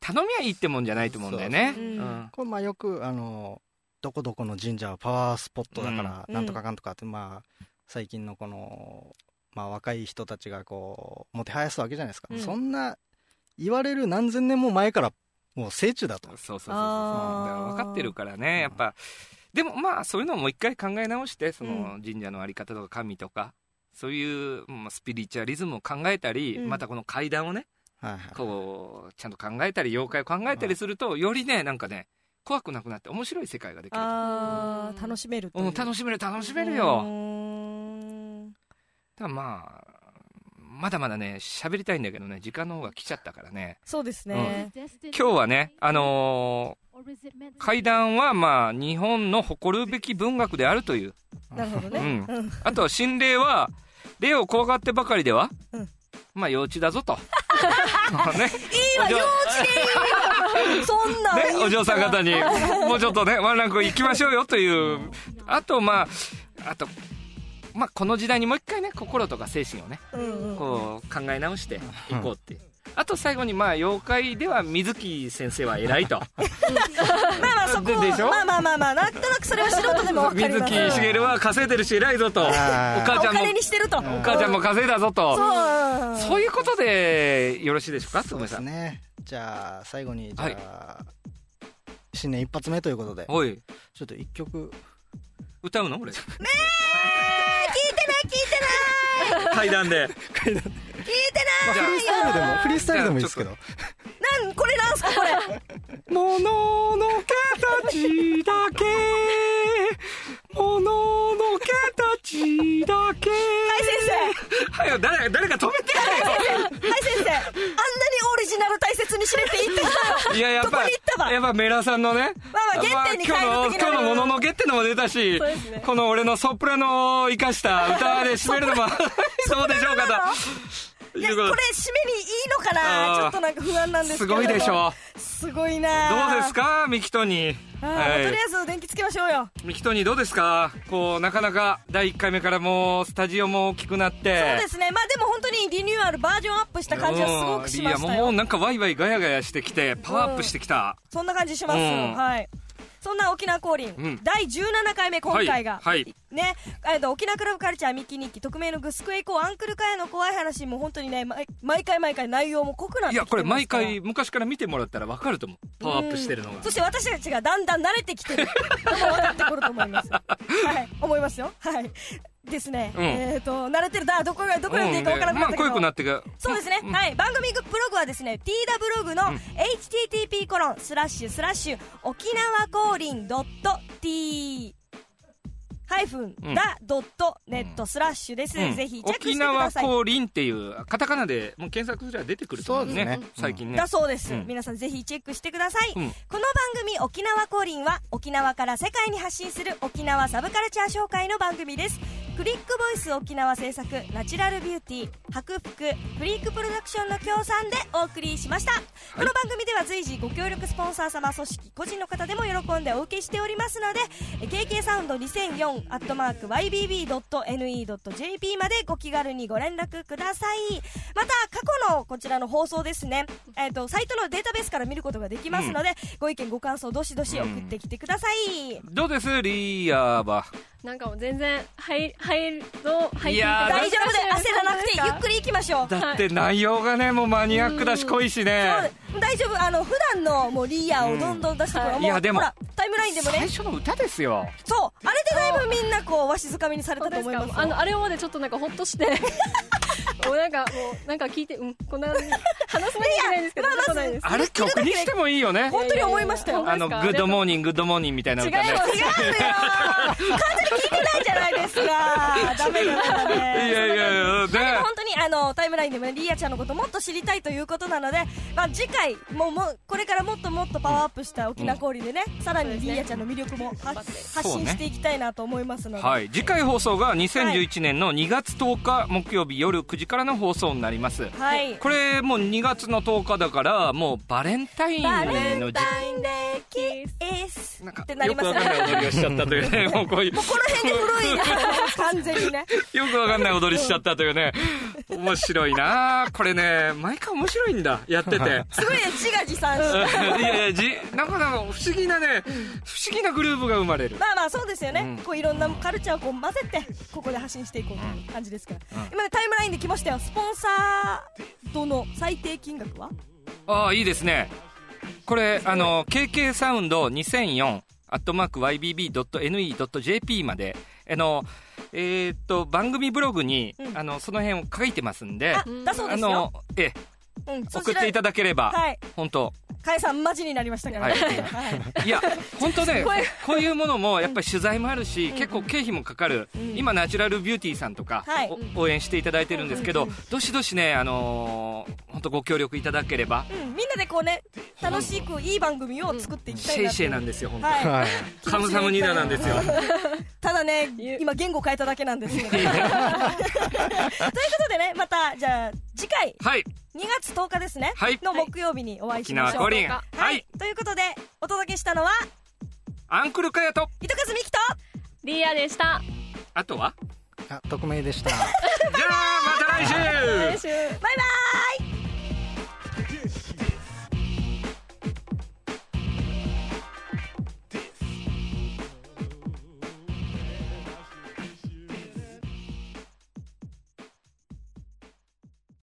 頼みはいいってもんじゃないと思うんだよね。
そううそうそうん
これまあよく、あのーどこどこの神社はパワースポットだから、
うん
なんとかかんとかって、まあ、最近のこの、まあ若い人たちがこう、もてはやすわけじゃないですか。
うん
そんな、言われる何千年も前から、もう聖地だと。
そうそうそうそう。だ
あー
から分かってるからね、やっぱ。でもまあ、そういうのをもう一回考え直して、その神社のあり方とか神とか、そういう、まあ、スピリチュアリズムを考えたり、
うん
またこの階段をね、
はいはい。
こう、ちゃんと考えたり、妖怪を考えたりすると、よりね、なんかね、怖くなくなって面白い世界ができる。
あー楽しめる
うん、楽
し
しめる、楽しめるよ。
うん
ただまあ、まだまだね、喋りたいんだけどね、時間の方が来ちゃったからね。
そうですね
今日はね、あのー、怪談はまあ、日本の誇るべき文学であるという。
なるほど
う
ね
ん。あと、心霊は、霊を怖がってばかりでは、
うん
まあ、幼稚だぞ と。ね、
いいわ
お嬢
幼稚でいいわそんなん言った
ね、
ら
お嬢さん方に、もうちょっとね、ワンランク行きましょうよという。あと、まあ、あと、まあ、この時代にもう一回ね、心とか精神をね、
うんうん
こう考え直していこうって、あと最後にまあ妖怪では水木先生は偉い と
まあまあそこ
でしょ
まあまあまあまあなんとなくそれは素人でもわかり
水
ます
木しげるは稼いでるし偉いぞとお
あー
母
お
ちゃんも
金にしてるとお
お母ちゃんも稼いだぞと
そう
そういうことでよろしいでしょうかつ
そう
む
で
さ
す
ん
ね。じゃあ、最後に、じゃあ、新年一発目ということで、
おい
ちょっと一曲、
歌うの俺
聞いてない
階段 で
まあ
じゃあ
フリースタイルでも、フリースタイルでもいいですけど、
なんこれなんすかこれ
ものの形だけものの形だけ
は
は
い
よ誰誰か止めて
先生はい先生あんなにオリジナル大切にしれって言ってきた
いややっ
どこ
ぱ
に行ったわ
やっぱメラさんのね
まあまあ原点に帰る時
今日の今日のもののけってのも出たし、
そうですね
この俺のソプラノを生かした歌で締めるの もどうでしょうかと
いやこれ締めにいいのかな
あー
ちょっとなんか不安なんですすけれど
ご
も
いでしょ
すすごいな
どうですかミキトニー
あー、
はい
とりあえず電気つけましょうよ
ミキトニーどうですかこうなかなか第1回目からもうスタジオも大きくなって
そうですねまあでも本当にリニューアルバージョンアップした感じはすごくしまし
うんいや
た
もう
よ
なんかワイワイガヤガヤしてきてパワーアップしてきた、
そんな感じします、
うん
はいそんな沖縄降臨、
うん
第17回目今回が、
はいはい
ねえっと沖縄クラブカルチャーミキニッキ匿名のグスクエイコーアンクルカヤの怖い話も本当にね毎毎回毎回内容も濃くなって
い
きて
や
ますか
こ
ら
れ毎回昔から見てもらったら分かると思うパワーアップしてるのが
うんそして私たちがだんだん慣れて きてるなってくると思いますはい思いますよはいですね、
うん
えっ、と慣れてるだどこがどこ読んでいいか分からな
ま
か
あ
ったけど、
濃くなってが
そうですね、はい、番組ブログはですね TW ブログの http コロンスラッシュスラッシュ沖縄降臨ドット t ハイフン
うん
だドットネットスラッシュです、
うん
ぜひチェックし
沖
てくだ
縄
さい、
降臨っていうカタカナでもう検索すれば出てくると思う
そうで
ね
すね
最近ね
だそうです、
うん
皆さんぜひチェックしてください、
うん
この番組「沖縄降臨」は沖縄から世界に発信する沖縄サブカルチャー紹介の番組ですクリックボイス沖縄制作ナチュラルビューティー白服フリークプロダクションの協賛でお送りしました、この番組では随時ご協力スポンサー様組織個人の方でも喜んでお受けしておりますのでえ KK サウンド2004アットマーク YBB.NE.JP までご気軽にご連絡くださいまた過去のこちらの放送ですね、えっとサイトのデータベースから見ることができますので、ご意見ご感想どしどし送ってきてください、
どうですリーヤーは
なんかもう全然入入どう入ってい
いやー
大丈夫で
難しい
焦らなくてゆっく
り
り行きましょう
だって内容がねもうマニアックだし濃いしね
そう大丈夫あの普段のもうリーヤーをどんどん出してくる、
うん
もう
いやでも
ほらタイムラインでも
最
ね
初の歌ですよ
そうあれでだいぶみんなこうわしづかみにされたと思います
あのあれまでちょっとなんかほっと してもうなんかもうなんか聞いてうんこんな話すまでいけ ないんですけど
いやまあ
出さないです
あれ曲にしてもいいよね
本当に思いましたよ
あのグッドモーニンググッドモーニングみたいな
違い
歌
ま
ね
す
違うよ完全に聞いてないじゃな いですかダメだダメ
いやいやいや
で
ね
も本当にあのタイムラインでもねリーヤちゃんのこともっと知りたいということなので、まあ、次回もうもうこれからもっともっとパワーアップした沖縄氷でね、さらにリーヤちゃんの魅力もは発
そう
信
ね
していきたいなと思いますので、
はい、次回放送が2011年の2月10日木曜日夜9時からの放送になります、
はい
これもう2月の10日だからもうバレンタイン
バレン
の時
タインデーキッス
なん
っ
か
てなり
よ
ま
く
す
わ
ね
かんない踊りをしちゃったという ねもうこういう
この辺で古いな完全にね
よくわかんない踊りしちゃったというね面白いなこれね毎回面白いんだや ってて
すごいね自画自賛し
い
て
やいやじなんかなんか不思議なね不思議なグループが生まれる
まあまあそうですよね、
うん
こういろんなカルチャーをこう混ぜてここで発信していこうという感じですから、今ねタイムラインで来ましたよスポンサーとの最低金額は
ああいいですねこれあの KK サウンド2004アットマーク YBB.NE.JP まであのえーっと番組ブログに、
うん
あのその辺を書いてますんで
あだそうですよ
のええ
うんそ
送
ち
っ
ら
ていただければ、
はい
本当
加谷さんマジになりましたからね、
はい
はい
い や本当ね
ごい
こういうものもやっぱり取材もあるし、結構経費もかかる、今ナチュラルビューティーさんとか、
はい
お応援していただいてるんですけど、どしどしねあの本当ご協力いただければ、
うん、みんなでこうね楽しくいい番組を作っていきた
シェ
いな
イ
と
シェイなんですよ本当、
はい
はい。
カムサムニダなんですよ
ただね今言語変えただけなんですけどという ことでねまたじゃあ次回
はい
2月10日ですね、
はい
の木曜日にお会いし
沖
ま
縄
しょ
コ
う
リン
は
はい
ということでお届けしたのは
アンクルカヤと
糸数美希と
リーヤでした
あとは
あ匿名でした
じゃあまた来週
来週
バイバイ